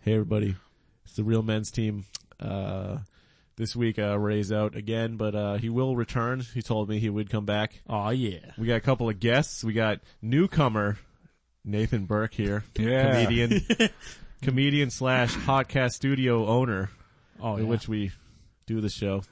Hey everybody, it's the Real Men's Team. Uh, this week uh, Ray's out again, but uh, he will return. He told me he would come back. Oh yeah. We got a couple of guests. We got newcomer Nathan Burke here, Yeah. comedian, comedian slash podcast studio owner, Oh yeah. in which we do the show.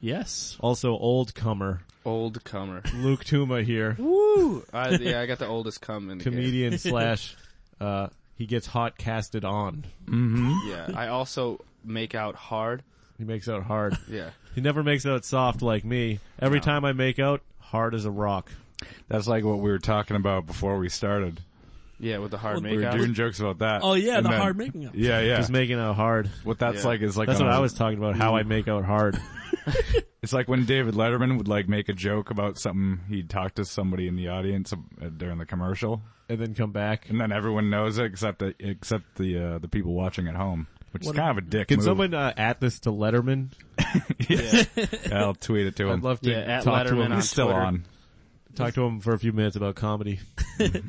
yes. Also, old comer Old comer. Luke Tuma here, Woo! I, yeah, I got the oldest cum in the comedian slash. Uh, he gets hot casted on. Game. Yeah, I also make out hard. He makes out hard. Yeah, He never makes out soft like me. Every time I make out, hard as a rock. That's like what we were talking about before we started. yeah, with the hard We were makeout. doing jokes about that. Oh yeah, And the then- hard making up. Yeah, yeah. Just making out hard. what that's Yeah. like is like That's on what a- I was talking about, how I make out hard. It's like when David Letterman would like make a joke about something he talked to somebody in the audience uh, during the commercial, And then come back. and then everyone knows it except the, except the uh, the people watching at home, which is kind of a dick. Can move. someone uh, at this to Letterman? Yeah, I'll tweet it to I'd him. love to Yeah, at talk to Letterman him. on He's still Twitter. on. Talk to him for a few minutes about comedy. I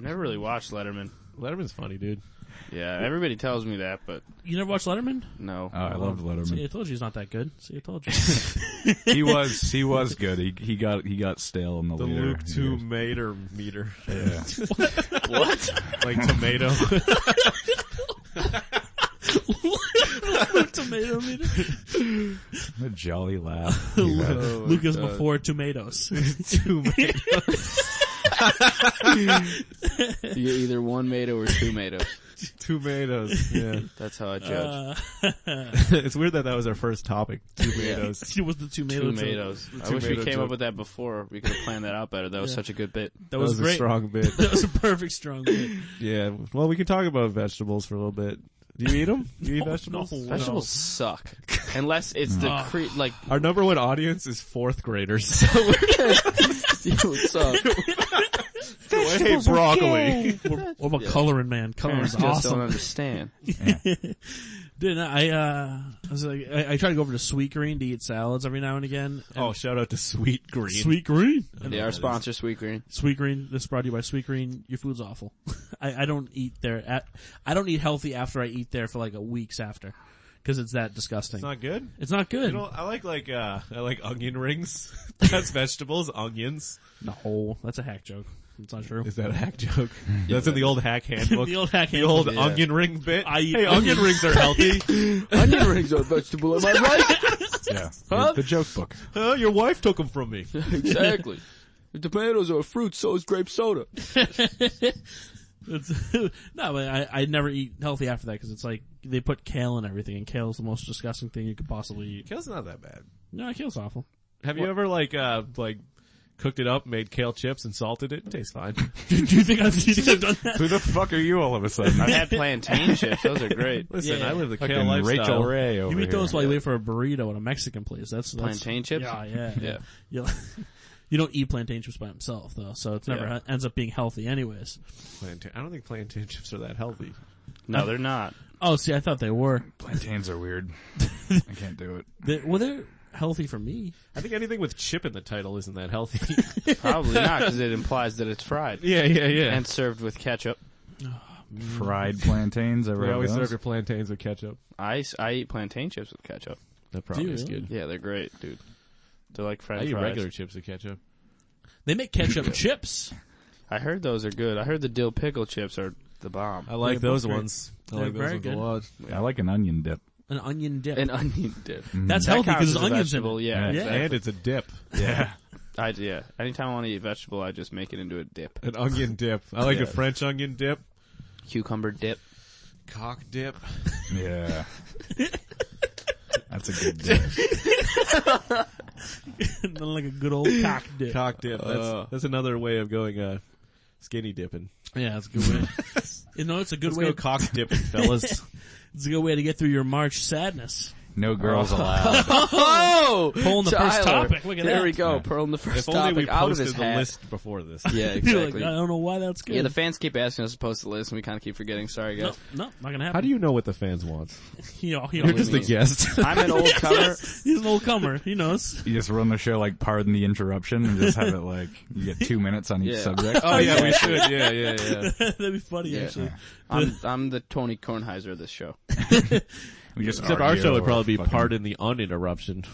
never really watched Letterman. Letterman's funny, dude. Yeah, everybody tells me that, but You never watched Letterman? no. Oh, I loved See, Letterman. I told you he's not that good. See, I told you. he was he was good. He he got he got stale in the, The later Luke Two years. Mater meter, Yeah. what? like tomato. tomato meter. A jolly laugh. Oh, uh, Lucas before tomatoes. You get either one mato or two matos. tomatoes. Yeah, That's how I judge. uh, it's weird that that was our first topic. Tomatoes. it was the tomato. two joke. matos. I wish we tomato came joke. up with that before. We could have planned that out better. That was such a good bit. That was, that was a great. strong bit. that was a perfect strong bit. Yeah. Well, we can talk about vegetables for a little bit. Do you eat them? Do you eat No, vegetables? no. Vegetables suck. Unless it's the cre- like, Our number one audience is fourth graders. you suck. I hate broccoli. We're- I'm a coloring man. Coloring's Parents just awesome. don't understand. Dude, I, uh, I was like, I, I try to go over to Sweet Green to eat salads every now and again. And oh, shout out to Sweet Green. Sweet Green. And They are sponsor Sweet Green. Sweet Green, this is brought to you by Sweet Green. Your food's awful. I, I don't eat there at, I don't eat healthy after I eat there for like a weeks after. Cause it's that disgusting. It's not good. good. You know, I like like uh I like onion rings. That's vegetables, onions. no, that's a hack joke. It's not true. Is that a hack joke? That's in the old hack handbook. the old hack The old handbook. onion ring bit. I eat hey, onion rings are healthy. Onion rings are a vegetable, am I right? Yeah. Huh? The joke book. Huh, your wife took them from me. exactly. Tomatoes are a fruit, so is grape soda. It's- no, but I, I never eat healthy after that cause it's like, they put kale in everything and kale's the most disgusting thing you could possibly eat. Kale's not that bad. No, kale's awful. Have you ever like uh like cooked it up, made kale chips, and salted it? It tastes fine. do, do you think I've, do you think I've done that? Who the fuck are you all of a sudden? I've had plantain chips, those are great. Listen, Yeah. I live the kale Fucking lifestyle. Rachel Ray over You eat here. those while you wait for a burrito at a Mexican place. That's, that's Plantain chips? Yeah, yeah, Yeah. You, you don't eat plantain chips by himself though, so it's never Yeah. ends up being healthy anyways. Plantain. I don't think plantain chips are that healthy. No, they're not. Oh, see, I thought they were. Plantains are weird. I can't do it. They, well, they're healthy for me. I think anything with chip in the title isn't that healthy. Probably not, because it implies that it's fried. yeah, yeah, yeah. And served with ketchup. Fried plantains. I we always serve your plantains with ketchup. I, s- I eat plantain chips with ketchup. That probably you is really? good. Yeah, they're great, dude. They're like I french eat fries. regular chips with ketchup. They make ketchup chips. I heard those are good. I heard the dill pickle chips are the bomb. I like They're both those great. ones. I They're like those very ones good. a lot. I like an onion dip. An onion dip. Mm. An onion dip. That's That healthy counts because as there's a onions in vegetable, it. Yeah, Yeah. exactly. And it's a dip. Yeah. I, yeah. Anytime I want to eat vegetable, I just make it into a dip. An onion dip. I like Yeah. a French onion dip. Cucumber dip. Cock dip. yeah. That's a good dip. And then like a good old cock dip. Cock dip. That's, that's another way of going, uh, skinny dipping. Yeah, that's a good way. you know, it's a good Let's way. go cock dipping, fellas. it's a good way to get through your March sadness. No girls allowed. Oh, Pulling the first Tyler. topic. Look at there that. we go. Yeah. Pulling the first If only we topic out of posted his the hat. list before this. You're like, Yeah, "Oh, exactly. I don't know why that's good. yeah, the fans keep asking us to post the list, and we kind of keep forgetting. Sorry, no, guys. no, not gonna happen. How do you know what the fans want? He, he You're always just a knows. guest. I'm an old cover. He's an old comer. He knows. you just run the show like pardon the interruption and just have it like you get two minutes on each Yeah. subject. oh yeah, we should. Yeah, yeah, yeah. That'd be funny Yeah. actually. I'm I'm the Tony Kornheiser of this show. We just Except our argue show would over probably be fucking- pardon the uninterruption.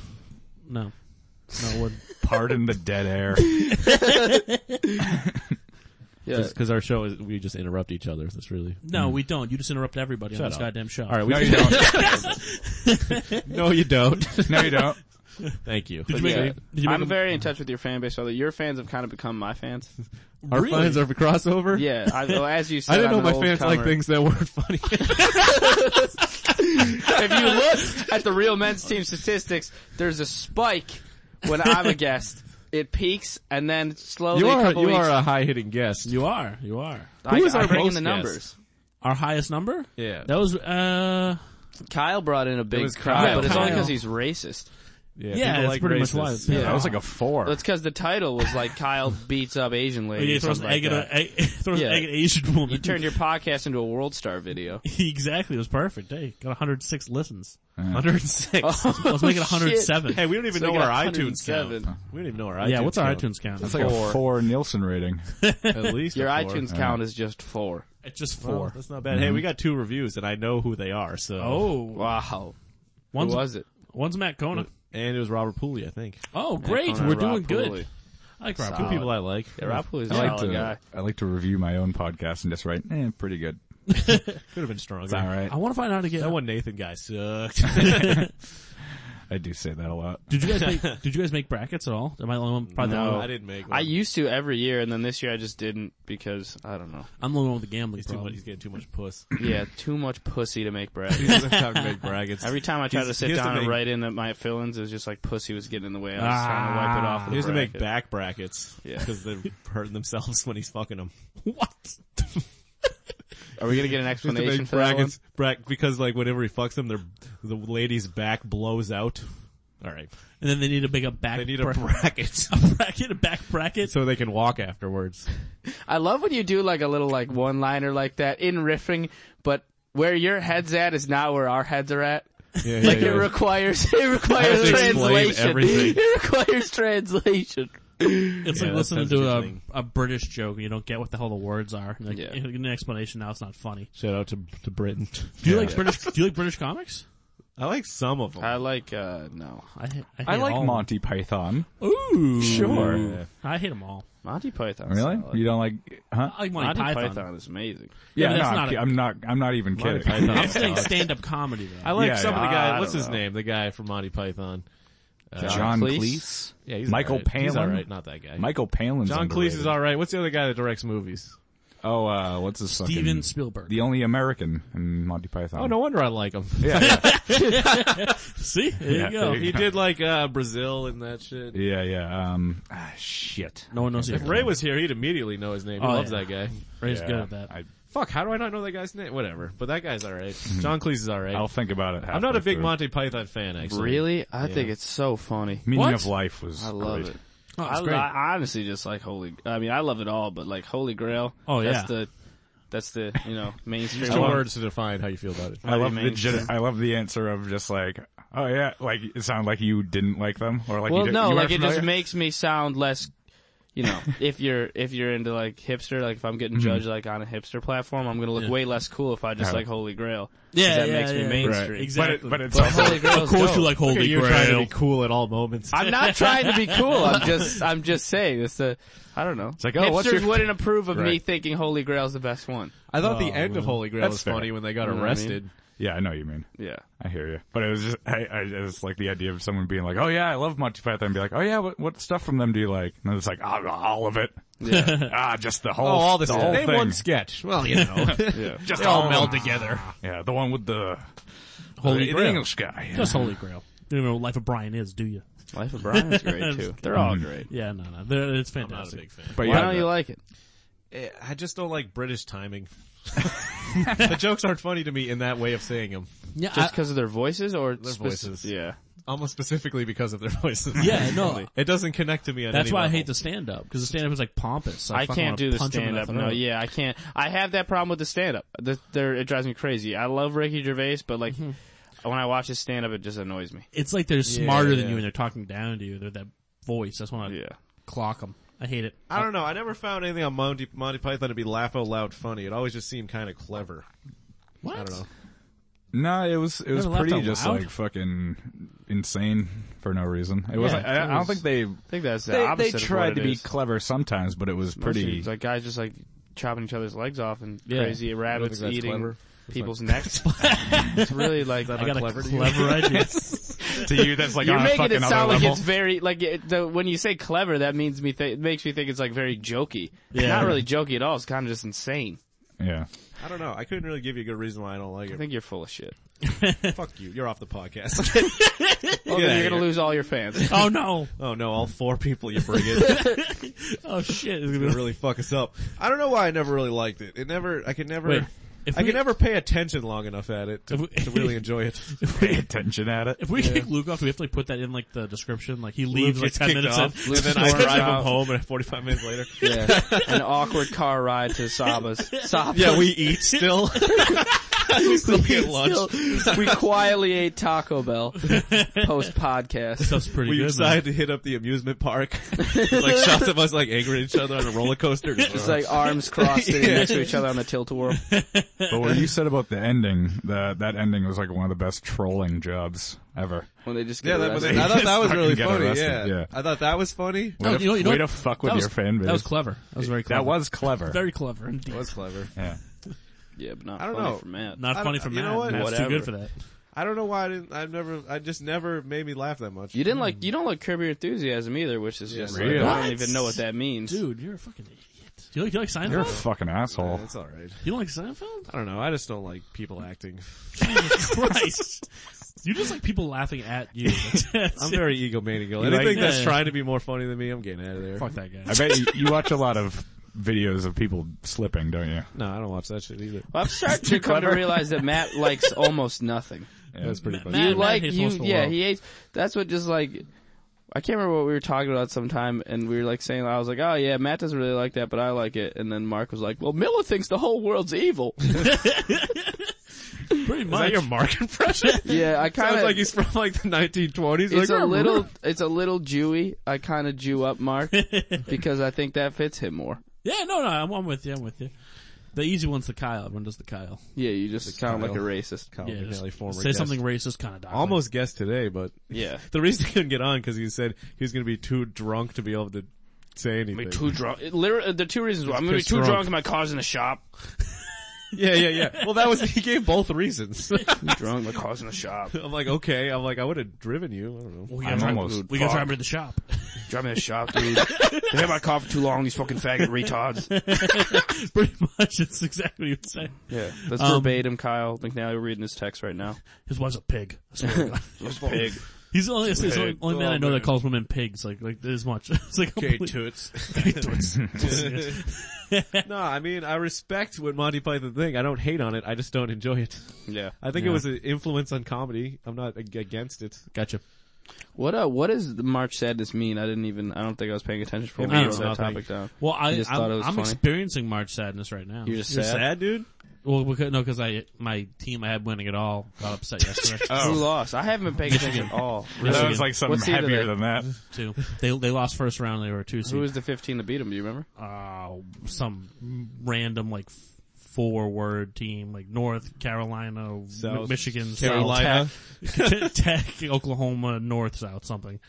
No, no, it wouldn't. pardon the dead air. Yeah, Because our show is, we just interrupt each other. That's really. No, we don't. You just interrupt everybody on Shut this up. goddamn show. All right, we No, you don't. no, you don't. No, you don't. Thank you. Did you make Yeah. a- did you make I'm a- very in touch with your fan base. Although your fans have kind of become my fans. Our Really? fans are for crossover. Yeah, I, well, as you said, I didn't know I'm an my old fans like comer. things that weren't funny. if you look at the real men's team statistics, there's a spike when I'm a guest. It peaks and then slowly you a are couple you weeks. are a high hitting guest. You are. You are. I, who is I our bring most in the guest? numbers. Our highest number? Yeah. That was, uh, Kyle brought in a big was crowd, Kyle. but it's only Kyle. because he's racist. Yeah, yeah, people that's like pretty racists. much why. it's- That was like a four. That's because the title was like Kyle beats up Asian lady. Yeah, or he throws an something egg at like that. uh, a, egg, throws an Yeah. egg at an Asian woman. You turned your podcast into a world star video. exactly. It was perfect. Hey, got 106 listens. 106. Let's make it 107. Uh-huh. Oh, Hey, we don't even So we know got our iTunes count. 107. We don't even know our iTunes. yeah, what's our count. iTunes count? That's like a Four. four Nielsen rating. At least Your a four. iTunes count is just four. It's just Well, four. that's not bad. Hey, we got two reviews, and I know who they are. So Oh, Wow. What one's, was it? one's Matt Kona. and it was Robert Pooley, I think. Oh, great. Connor We're doing Rob good. Pooley. I like Rob. Solid. Two Pooley. people I like. Yeah, Rob Pooley's a I like solid to guy. I like to review my own podcast and just write, eh, pretty good. Could have been stronger. It's all right. I want to find out again. That one Nathan guy sucked. I do say that a lot. Did you guys make, did you guys make brackets at all? Am I the only one? Probably the only no, one- I didn't make. One. I used to every year, and then this year I just didn't because I don't know. I'm the only one with the gambling he's too much. problem. He's getting too much puss. Yeah, too much pussy to make bread. He doesn't have to make brackets. Every time I try He's- to he sit has to down and make- write in that my fill-ins, it was just like pussy was getting in the way. I was just trying to wipe it off. Ah. he With has a to make bracket. back brackets Yeah. because they're hurting themselves when he's fucking them. What? Are we gonna get an He has to explanation make for that one? brackets brack- because like whenever he fucks them, their the lady's back blows out. All right, And then they need to make a back. they need a bra- bracket a bracket, a back bracket. so they can walk afterwards. I love when you do like a little like one-liner like that in riffing, but where your head's at is not where our heads are at. Yeah, Like yeah, it yeah. requires it have requires to explain translation. everything. It requires translation. It's Yeah, like that listening sounds to a, interesting. a British joke and you don't get what the hell the words are. Like, Yeah. you get an explanation now, it's not funny. Shout out to to Britain. Do you like British? Do you like British comics? I like some of them. I like uh no. I ha- I, hate I like all of Monty Python. them. Ooh, Sure. I hate them all. Monty Python. Really? You don't like, huh? I like Monty, Monty Python. Python. is amazing. Uh, Yeah, Yeah, but no, that's I'm, not ki- a- I'm not, I'm not even kidding. Python. I'm saying stand-up comedy. Though. I like Yeah, some of the yeah. guy. I what's don't his know. name? The guy from Monty Python. Uh, John Cleese? Cleese. Yeah, he's Michael all right. He's all Palin? right, not that guy. Michael Palin's John Cleese underrated. is all right. What's the other guy that directs movies? Oh, uh, what's his fucking- Steven Spielberg. The only American in Monty Python. Oh, no wonder I like him. Yeah, yeah, See, there Yeah, you go. there you he did like uh Brazil and that shit. yeah, yeah. Um, ah, shit. No one knows who If Ray was here, he'd immediately know his name. He Oh, loves yeah. that guy. Ray's Yeah, good at that. I, Fuck, how do I not know that guy's name? Whatever. But that guy's alright. John Cleese is alright. I'll think about it. I'm not a halfway big through. Monty Python fan, actually. Really? I think it's so funny. Meaning What? of Life was. I love great. it. oh, I, it's great. I honestly just like Holy. I mean, I love it all, but like Holy Grail. Oh, yeah. That's the that's the you know mainstream. Two one. words to define how you feel about it. I love Monty the Manx, gen- yeah. I love the answer of just like oh yeah like it sounded like you didn't like them or like Well, you did, no, you like were it just familiar? makes me sound less. You know, if you're if you're into like hipster, like if I'm Mm-hmm. getting judged like on a hipster platform, I'm gonna look way less cool if I just Yeah. like Holy Grail. 'Cause Yeah, that yeah, makes me yeah. mainstream. Right. but Exactly. it, but it's But also, Holy Grail, of course, you like Okay, Holy you're trying to Grail. be cool at all moments. I'm not trying to be cool. I'm just I'm just saying it's a I don't know. It's like, hipsters oh, what's your- wouldn't approve of me Right. thinking Holy Grail's the best one. I thought Oh, the end of man. Holy Grail That's was fair. funny when they got You know what I mean? arrested. yeah I know what you mean Yeah. I hear you but it was just I, I just like the idea of someone being like oh yeah I love Monty Python and be like oh yeah what, what stuff from them do you like and it's like oh, all of it Yeah. ah just the whole Oh, all this the whole name thing one sketch. Well, you know, yeah. just they all of meld them. together. yeah the one with the Holy the, the Grail. English guy Just Holy Grail. You don't know what Life of Brian is, do you? Life of Brian is great too. They're all great. Yeah, no, no. They're- It's I'm not a fantastic. big fan. but Why yeah don't you like it? Eh, I just don't like British timing. the jokes aren't funny to me in that way of saying them. Yeah, Just I- because of their voices or their voices. Yeah. Almost specifically because of their voices. yeah, no. It doesn't connect to me on That's any why I level. hate the stand up because the stand up is like pompous. So I fucking can't wanna do the punch him in stand up. No, throat. yeah, I can't. I have that problem with the stand up. There, it drives me crazy. I love Ricky Gervais, but like when I watch his stand up, it just annoys me. It's like they're smarter than yeah. you and they're talking down to you. They're that voice. That's why I Yeah. clock them. I hate it. I don't know. I never found anything on Monty, Monty Python to be laugh out loud funny. It always just seemed kind of clever. What? I don't know. No, it was it was Never laughed pretty out just loud. like fucking insane for no reason. It wasn't. I, I don't think they I think that's the they, they opposite. of what tried to it be is. clever sometimes, but it was pretty. It's like guys just like chopping each other's legs off and Yeah. crazy rabbits that's eating clever. people's necks. it's really like I got clever a to you? clever idea. to you, that's like you're on a making fucking it other sound like level. it's very like it, the, when you say clever, that means me th- it makes me think it's like very jokey. It's Yeah. Not really jokey at all. It's kind of just insane. yeah. I don't know. I couldn't really give you a good reason why I don't like I it. think you're full of shit. Fuck you. You're off the podcast. Well, Yeah, Oh, then you're gonna yeah. lose all your fans. oh no! oh no, all four people you bring in. Oh shit! It's They gonna be really fuck us up. I don't know why I never really liked it. It never, I could never, Wait, if I we- could never pay attention long enough at it to, If we- to really enjoy it. Pay attention at it. If we kick Luke off, do we have to like, put that in like the description? Like he leaves like Gets ten kicked minutes off, in. and then I Storms drive him out. home and 45 minutes later. Yeah. An awkward car ride to Saba's. Saba's. Yeah, we eat still. we still eat lunch. we quietly ate Taco Bell post podcast. Stuff's pretty we good. decided to hit up the amusement park. There's, like shots of us like angry at each other on a roller coaster. It's like arms crossed sitting next to each other on the tilt a whirl. But what you said about the ending, the, that ending was like one of the best trolling jobs ever. When they just get yeah, that, but arrested. I thought that was Fucking really get funny. arrested, Yeah. yeah. I thought that was funny. Way, No, to, Oh, you know- you know way what? to fuck with That was- your fan base. That was clever. That was very clever. That was clever. very clever. Indeed. That was clever. yeah. yeah, but not I don't funny know. for Matt. Not I funny don't- for you Matt. know what? Matt's Whatever. too good for that. I don't know why I didn't. I've never. I just never made me laugh that much. You didn't like you don't like Curb Your Enthusiasm either, which is just Really? like, I What? don't even know what that means. Dude, you're a fucking idiot. Do you like, do you like Seinfeld? You're a fucking asshole. That's all right. you don't like Seinfeld? I don't know. I just don't like people acting. Christ. You just like people laughing at you. I'm very egomaniacal. like- Anything that's Yeah. trying to be more funny than me, I'm getting out of there. Fuck that guy. I bet you, you watch a lot of videos of people slipping, don't you? No, I don't watch that shit either. Well, I'm starting to come to clever. realize that Matt likes almost nothing. Yeah. That's pretty funny. Matt- you like hates you most of the yeah world. he hates that's what just like I can't remember what we were talking about sometime and we were like saying I was like oh yeah Matt doesn't really like that but I like it and then Mark was like well Miller thinks the whole world's evil Pretty Is much. that your mark impression? yeah I kind Sounds of like he's from like the 1920s. it's like, a little it's a little Jewy I kind of Jew up Mark because I think that fits him more yeah, no, no, I'm, I'm with you. I'm with you. The easy one's the Kyle. Everyone does the Kyle. yeah you just sound like a racist Colin Yeah, McNally, just former say guest. something racist, kind of. Almost guest today, but yeah the reason he couldn't get on because he said he was going to be too drunk to be able to say anything. I'm too drunk it, literally uh, the two reasons why I'm gonna be pissed too drunk. drunk. and my car's in the shop yeah, yeah, yeah. Well, that was he gave both reasons. drunk my car's in the shop I'm like, okay. I'm like, I would have driven you. I don't know. We I'm gotta, try, almost- we gotta try him to the shop. drive me to the shop dude they had my car for too long these fucking faggot retards Pretty much, it's exactly what you saying. Yeah, that's Um, verbatim. Kyle McNally reading his text right now. His wife's a pig. I swear to God. Pig. He's the only, it's the only, Pig. only man I Oh, know man. that calls women pigs. Like, like this much. It's like Okay, complete- toots. Toots. no, I mean, I respect what Monty Python thing. I don't hate on it. I just don't enjoy it. Yeah. I think it Yeah. was an influence on comedy. I'm not ag- against it. Gotcha. What uh? What does the March Sadness mean? I didn't even. I don't think I was paying attention for It when I means wrote that nothing. topic down. Well, I, You just thought it I'm, was I'm funny. experiencing March sadness right now. You're just You're sad. sad, dude. well, because, no, because I my team I had winning it all got upset yesterday Who lost? I haven't been paying attention at all. That Michigan. was like something What seed are heavier they? than that. too. They they lost first round. They were two Who seed. was the 15 to beat him? Do you remember? Uh, some random like four word team like North Carolina, South Michigan, Carolina. South, Tech, Oklahoma, North, South, something. It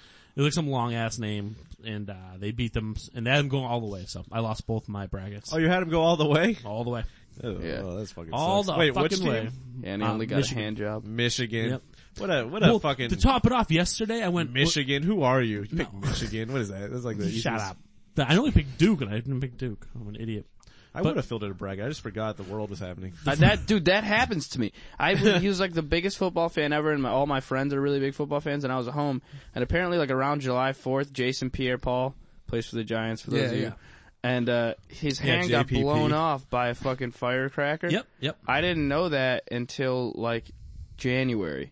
was like some long ass name, and uh, they beat them, and they had them going all the way. So I lost both my brackets Oh, you had him go all the way. all the way, Oh, Yeah. well, that's fucking all sucks. the Wait, which fucking team? way. And he Uh, only got Michigan. a hand job. Michigan. Yep. What a what a Well, fucking to top it off, yesterday I went Michigan. Who are you? You pick No. Michigan. What is that? That's like the Shut easiest- up. I only picked Duke, and I didn't pick Duke. I'm an idiot. I would have filled it a bracket. I just forgot the world was happening. Uh, that dude, that happens to me. I was, he was like the biggest football fan ever, and my, all my friends are really big football fans. And I was at home, and apparently, like around July 4th, Jason Pierre-Paul plays for the Giants. For those Yeah, of you, yeah. and uh, his Yeah, hand got JPP. blown off by a fucking firecracker. Yep, yep. I didn't know that until like January.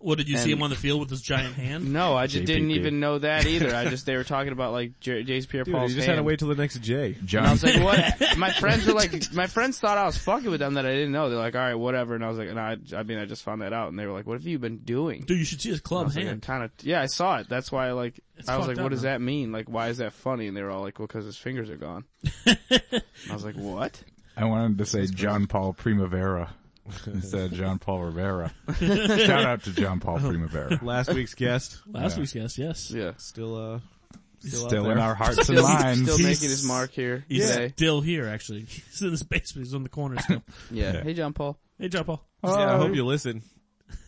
What did you see And- him on the field with his giant hand? No, I just didn't JPP. even know that either. I just they were talking about like J- Jason Dude, you Pierre-Paul's just had to hand. wait till the next J. John, I was like, what? My friends were like, my friends thought I was fucking with them that I didn't know. They're like, all right, whatever. And I was like, and I, I mean, I just found that out. And they were like, what have you been doing? Dude, you should see his I club was like, I'm hand. kind of, yeah, I saw it. That's why, like, It's I was fucked like, up, what does man. that mean? Like, why is that funny? And they were all like, well, because his fingers are gone. And I was like, what? I wanted to say John Paul Primavera instead of John Paul Rivera. Shout out to John Paul Primavera. Last week's guest Last Yeah. week's guest, yes. Yeah. still uh still, out Still in there. our hearts and Still, minds. still He's- making his mark here. He's today. still here, actually. He's in his basement. He's on the corner still. Yeah. Yeah. Hey, John Paul. hey, John Paul. Yeah, I hope you listen.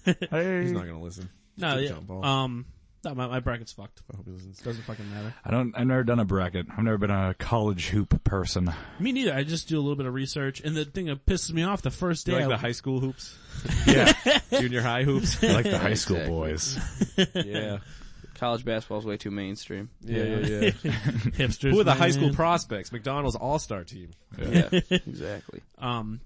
Hey. He's not gonna listen. No, Good yeah. John Paul. Um, no, my, my bracket's fucked. I hope he listens. Doesn't fucking matter. I don't. I've never done a bracket. I've never been a college hoop person. Me neither. I just do a little bit of research, and the thing that pisses me off the first Do day. you like I- the high school hoops? Yeah, Junior high hoops? I like the high school Exactly. boys. yeah. College basketball's way too mainstream. Yeah, yeah, yeah. hipsters. Who are the high man. school prospects? McDonald's all-star team. Yeah. exactly. um,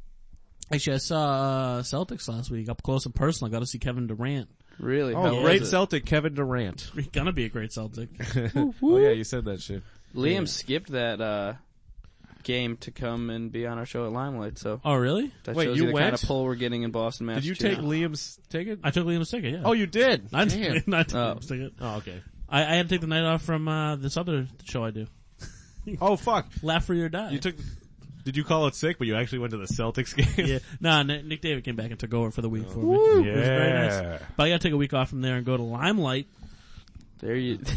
actually, I saw uh, Celtics last week up close and personal. Got to see Kevin Durant. Really? Oh, how great was it? Celtic Kevin Durant. He's gonna be a great Celtic. Oh yeah, you said that shit. Liam skipped that, uh, game to come and be on our show at Limelight, so Oh, really? that Wait, shows you you the kind went? of pull we're getting in Boston, Did you Massachusetts. take Liam's ticket? I took Liam's ticket. Yeah. Oh, you did. I Damn. didn't. I didn't Oh. take it. Oh, okay. I, I had to take the night off from uh, this other show I do. Oh fuck. Laugh free or die. You took. Did you call it sick? But you actually went to the Celtics game. yeah. Nah, Nick Nick David came back and took over for the week for Yeah. me. It was very nice. But I gotta take a week off from there and go to Limelight. There you.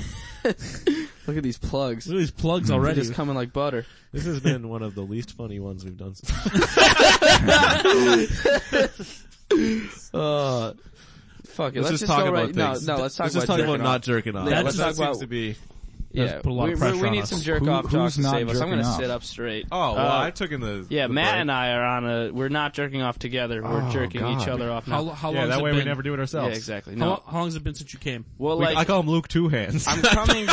Look at these plugs. Look at these plugs already. Just coming like butter. This has been one of the least funny ones we've done. uh, Fuck it. let's, Let's, just, talk go about right- things. no, no. Let's talk let's about, just talk jerking about not off. jerking off. Yeah, That let's talk seems about- to be. Yeah, put a lot of we, we- pressure we on need us. some jerk Who- off talk who's to not save us. I'm jerking gonna off? sit up straight. Oh well, Uh, I took in the. yeah, the Matt break. and I are on a. We're not jerking off together. We're Oh, jerking each God. other off How, now. how Yeah, long that has it way we been? never do it yeah, ourselves. exactly. How, No, how long has it been since you came? well, We- I like call him Luke Two Hands. I'm coming.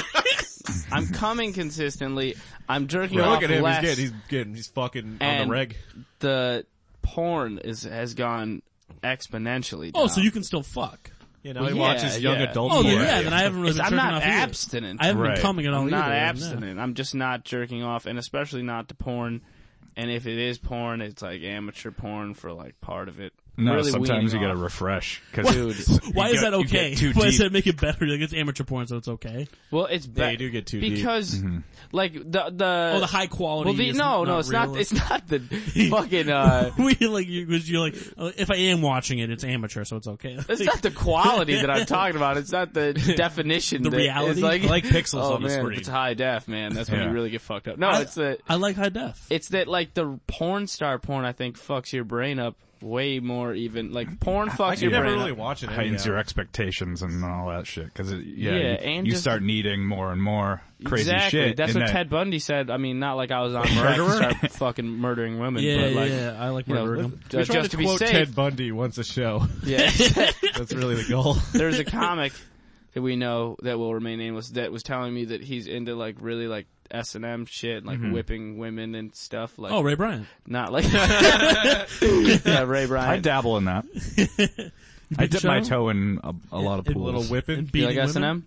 I'm coming consistently. I'm jerking Yeah, off look at him. less. He's getting. He's getting. He's fucking on And- the reg. the porn is has gone exponentially. Oh, down. so you can still fuck. You know, Well, he yeah, watches young uh, yeah. adult. Oh, then, porn. yeah, then I haven't really It's- been I'm jerking not off either. abstinent. I haven't Right. been coming at all I'm either. not yeah. abstinent. I'm just not jerking off, and especially not to porn. And if it is porn, it's like amateur porn for like part of it. No, Really sometimes you weaning gotta off. refresh. Dude. Cause Why you is get- that you get okay? too Why does deep. that make it better? Like it's amateur porn, so it's okay. Well, it's Yeah, bad. you do get too deep. because Mm-hmm. like the the oh, the high quality. well the is no no it's real. not it's not the fucking uh we like you because you're like uh, if I am watching it, it's amateur, so it's okay. it's not the quality that I'm talking about. It's not the definition. The that- reality? it's like, Like pixels oh, on the man, if screen. It's high def, man. That's when Yeah. you really get fucked up. No, I- it's the I like high def. it's that like the porn star porn I think fucks your brain up way more even like porn fucks You your never brain really up. watch it. heightens anyhow. your expectations and all that shit. Cause it, yeah, Yeah, you, and you just- start needing more and more crazy exactly. shit. That's and what that- Ted Bundy said. I mean, not like I was on track to Murderer? start fucking murdering women, yeah, but like yeah, I like you know, murdering uh, them. We tried just to to be quote safe. Ted Bundy once a show. Yeah. That's really the goal. there's a comic that we know that will remain nameless that was telling me that he's into like really like S and M shit, like whipping women and stuff. Like Oh, Ray Bryant. not like yeah, Ray I Bryant. dabble in that. I been dip to my show? toe in a, a lot of A pools. little whipping. You beating like women? S and M?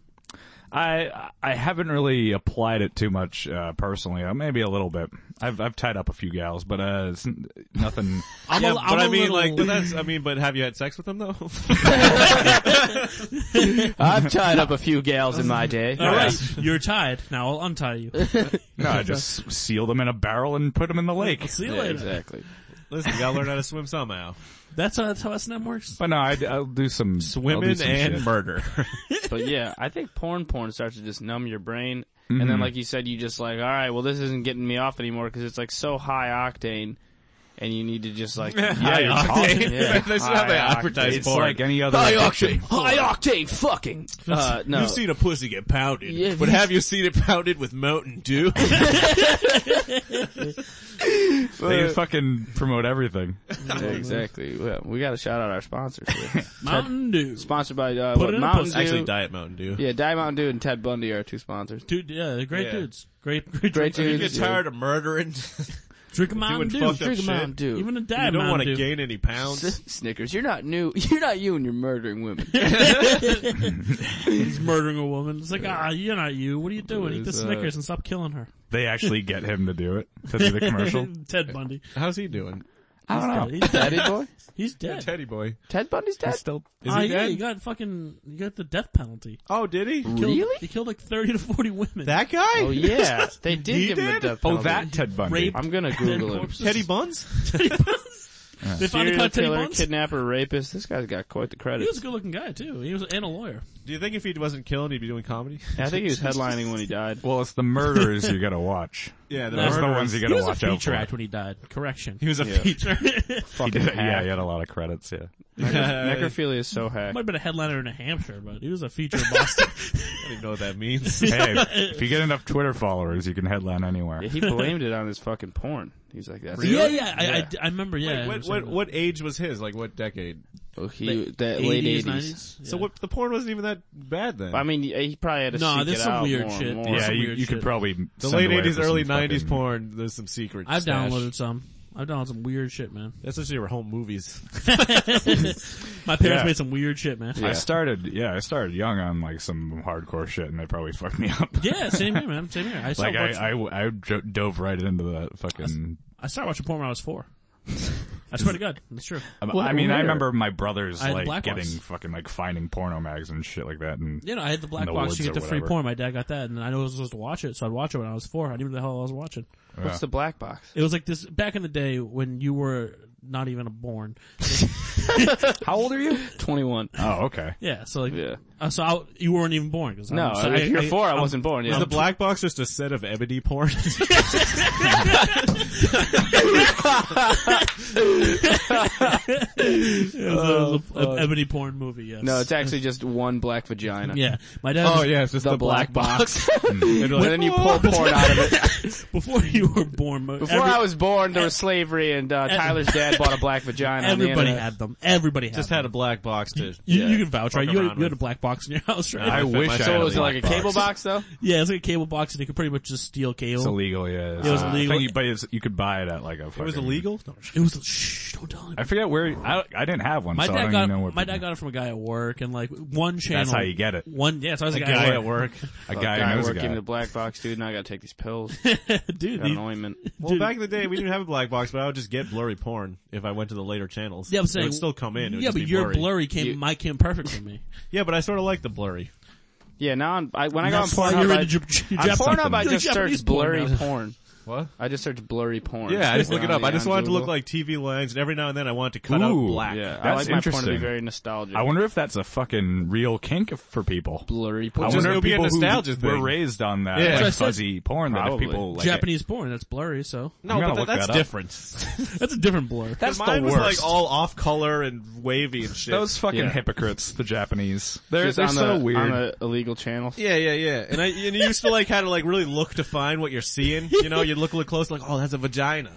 I I haven't really applied it too much uh, personally. Uh, maybe a little bit. I've I've tied up a few gals, but uh, it's n- nothing. I'm yeah, a, I'm but a I mean, little, like, but that's, I mean, but have you had sex with them though? I've tied up a few gals in my day. All right, you're tied. Now I'll untie you. no, I just seal them in a barrel and put them in the lake. See you Yeah, later. exactly. Listen, you gotta learn how to swim somehow. That's how, that's how S and M works. But no, I, will do some I'll do Swimming some and shit. murder. But yeah, I think porn porn starts to just numb your brain. And then like you said, you just like, all right, well this isn't getting me off anymore because it's like so high octane and you need to just like, Yeah, you're talking. Yeah. That's how they High advertise octane. It's porn. like any other High addiction. octane. high octane fucking. Uh, no. You've seen a pussy get pounded, Yeah, but you- have you seen it pounded with Mountain Dew? They fucking promote everything. Yeah, exactly. Well, we got to shout out our sponsors. Here. Mountain Dew. Sponsored by uh, Put what, it in a Mountain post. Dew. Actually, Diet Mountain Dew. yeah, Diet Mountain Dew and Ted Bundy are our two sponsors. Dude, yeah, they're great Yeah. dudes. Great, great, Great dudes. You dudes. get tired of murdering. Drink a Mountain doing Dew. fucked up Drink a shit. Mountain Dew. Even a dad You don't want Mountain to Dew. gain any pounds. Snickers, you're not new. You're not you, and you're murdering women. He's murdering a woman. It's like, ah, you're not you. What are you doing? Eat the Is, uh, Snickers and stop killing her. They actually get him to do it to do the commercial. Ted Bundy. How's he doing? I don't know. He's dead. Teddy boy, He's dead. Teddy boy. Ted Bundy's dead. Still, Is Oh, Ah, he yeah, dead? he got fucking, he got the death penalty. oh, did he? Killed- Really? He killed like 30 to 40 women. That guy? Oh yeah, they did He give him the did? death oh, penalty. that Ted Bundy. Rape I'm gonna dead Google him. corpses. Teddy Buns? Teddy Buns. They finally Serial caught Teddy killer, Buns. kidnapper, rapist. This guy's got quite the He was credits. a good looking guy too. He was and a lawyer. Do you think if he wasn't killing, he'd be doing comedy? I think he was headlining when he died. Well, it's the murderers you gotta watch. Yeah, Those Those are the ones you he gotta was watch a out feature for. act when he died. Correction. He was a Yeah. feature. He Fucking did- yeah, hack. he had a lot of credits. Yeah, Necrophilia is so hack. Might have been a headliner in New Hampshire, but he was a feature in Boston. I don't even know what that means. hey, if you get enough Twitter followers, you can headline anywhere. Yeah, he blamed it on his fucking porn. He's like, that's Yeah, yeah. I, I, I remember. Yeah. What, I what, remember what age was his? Like what decade? Oh, he, Like that saying late 80s. 90s? So Yeah. what, the porn wasn't even that bad then. I mean, he probably had to Nah, seek there's it some out weird more and shit. more. There's yeah, some you, weird you could shit. probably the send late away for 80s, some early 90s fucking- porn, there's some secrets. I've downloaded some. I've downloaded some weird shit, man. That's actually were home movies. My parents Yeah. made some weird shit, man. I started, yeah, I started young on like some hardcore shit, and they probably fucked me up. Yeah, same here, man. Same here. I like started watching, I, I, I jo- dove right into the fucking. I started watching porn when I was four. I swear to God, it's true. I, What- um, I mean, where? I remember my brothers I had like black getting ones. fucking like finding porno mags and shit like that, and You know, I had the black the box to woods get or the free whatever. porn. My dad got that, and I know I was supposed to watch it, so I'd watch it when I was four. I didn't even know the hell I was watching. What's the black box? It was like this back in the day when you were not even born. how old are you? 21. Oh, okay. Yeah, so like, Yeah. uh, so I, you weren't even born. 'cause No, uh, I'm, so if you're I, four, I, wasn't born. Is Yeah. the black box just a set of ebony porn? It was a- a- ebony porn movie. Yes. Oh, no, it's actually just one black vagina. yeah. My dad. oh was- yeah, it's just The, black, box. And and then you pull porn out of it. Before you were born, mo- Before every- I was born, there was slavery, and uh, Tyler's dad bought a black vagina. on the everybody internet. had them. Everybody had just them. had a black box to. You, yeah. you can vouch, right? Fuck You had, around you had a with. black box in your house, right? I fit wish my- I so had So a was it black like a box. cable box though? yeah, it's like a cable box, and you could pretty much just steal cable. It's illegal, yeah. It was Uh, illegal. I think you, but it's, you could buy it at like a. It was illegal. No, I'm just It was shh, don't tell him. I forget where. I, I didn't have one, My so I dad don't got even know where. my dad got it from a guy at work, and like one channel. how you get it. One, yeah. So I was a, kidding. guy, at work. a Fuck, guy knows a working guy. the black box, dude. Now I gotta take these pills. dude. Got these- an ointment. Well, back in the day, we didn't have a black box, but I would just get blurry porn if I went to the later channels. Yeah, I'm saying it would still come in. It would yeah, just but be your blurry. blurry came, You- my came perfect for me. Yeah, but I sort of like the blurry. Yeah, now I'm, I, when I got on That's why you're into Pornhub, Jap- Jap- I, on Pornhub, I You're just Japanese searched blurry porn now. porn. What? I just searched blurry porn. Yeah, I just look it up. Randomly I just on want it to look Google. like TV lines, and every now and then I want it to cut out Ooh. black. Yeah, I like my porn to That's be interesting. very nostalgic. I wonder if that's a fucking real kink for people. blurry I porn. just- wonder it'll if be a people who nostalgia were thing. raised on that Yeah. like, That's what I said. fuzzy porn that Probably. if people like Japanese porn, that's blurry, so No, but I'm gonna that, look that's that up. different. that's a different blur. That's Mine the was worst. like all off color and wavy and shit. Those fucking Yeah. hypocrites, the Japanese. They're, Just they're on so the, weird. on the illegal channels. Yeah, yeah, yeah. And I and you used to like had to like really look to find what you're seeing. You know, you'd look a little close, like, oh, that's a vagina.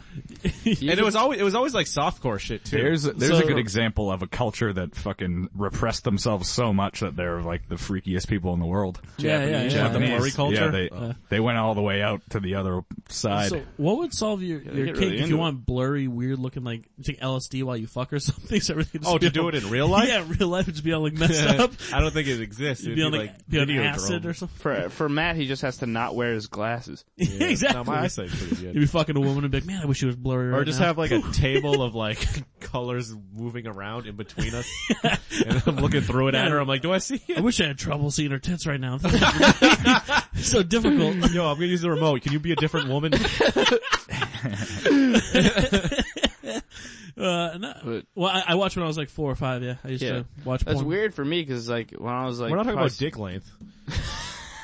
and it was always it was always like softcore shit too. There's there's So- a good example of a culture that fucking repressed themselves so much that they're like the freakiest people in the world. yeah, yeah, Japanese. yeah. The blurry culture? Yeah, they Uh. they went all the way out to the other side. So what would solve your, your get kink really if into you it. want blurry, weird looking like take LSD while you fuck or something? So everything. oh, to do it in real life. Yeah, real life would just be all like messed up. I don't think it exists. It'd Be on like, be on Videodrome. acid or something. For for Matt, he just has to not wear his glasses. Yeah, exactly. No, my eyesight's pretty good. You'd be fucking a woman and be like, man, I wish she was blurry. Or right just now." have like a table of like colors moving around in between us. and I'm looking through it at her. I'm like, do I see I it? wish I had trouble seeing her tits right now. so difficult. Yo, I'm gonna use the remote. Can you be a different woman? Uh, no, But- well, I, I watched when I was like four or five. Yeah, I used Yeah. to watch. That's porn. weird for me because like when I was like, We're not talking probably- about dick length.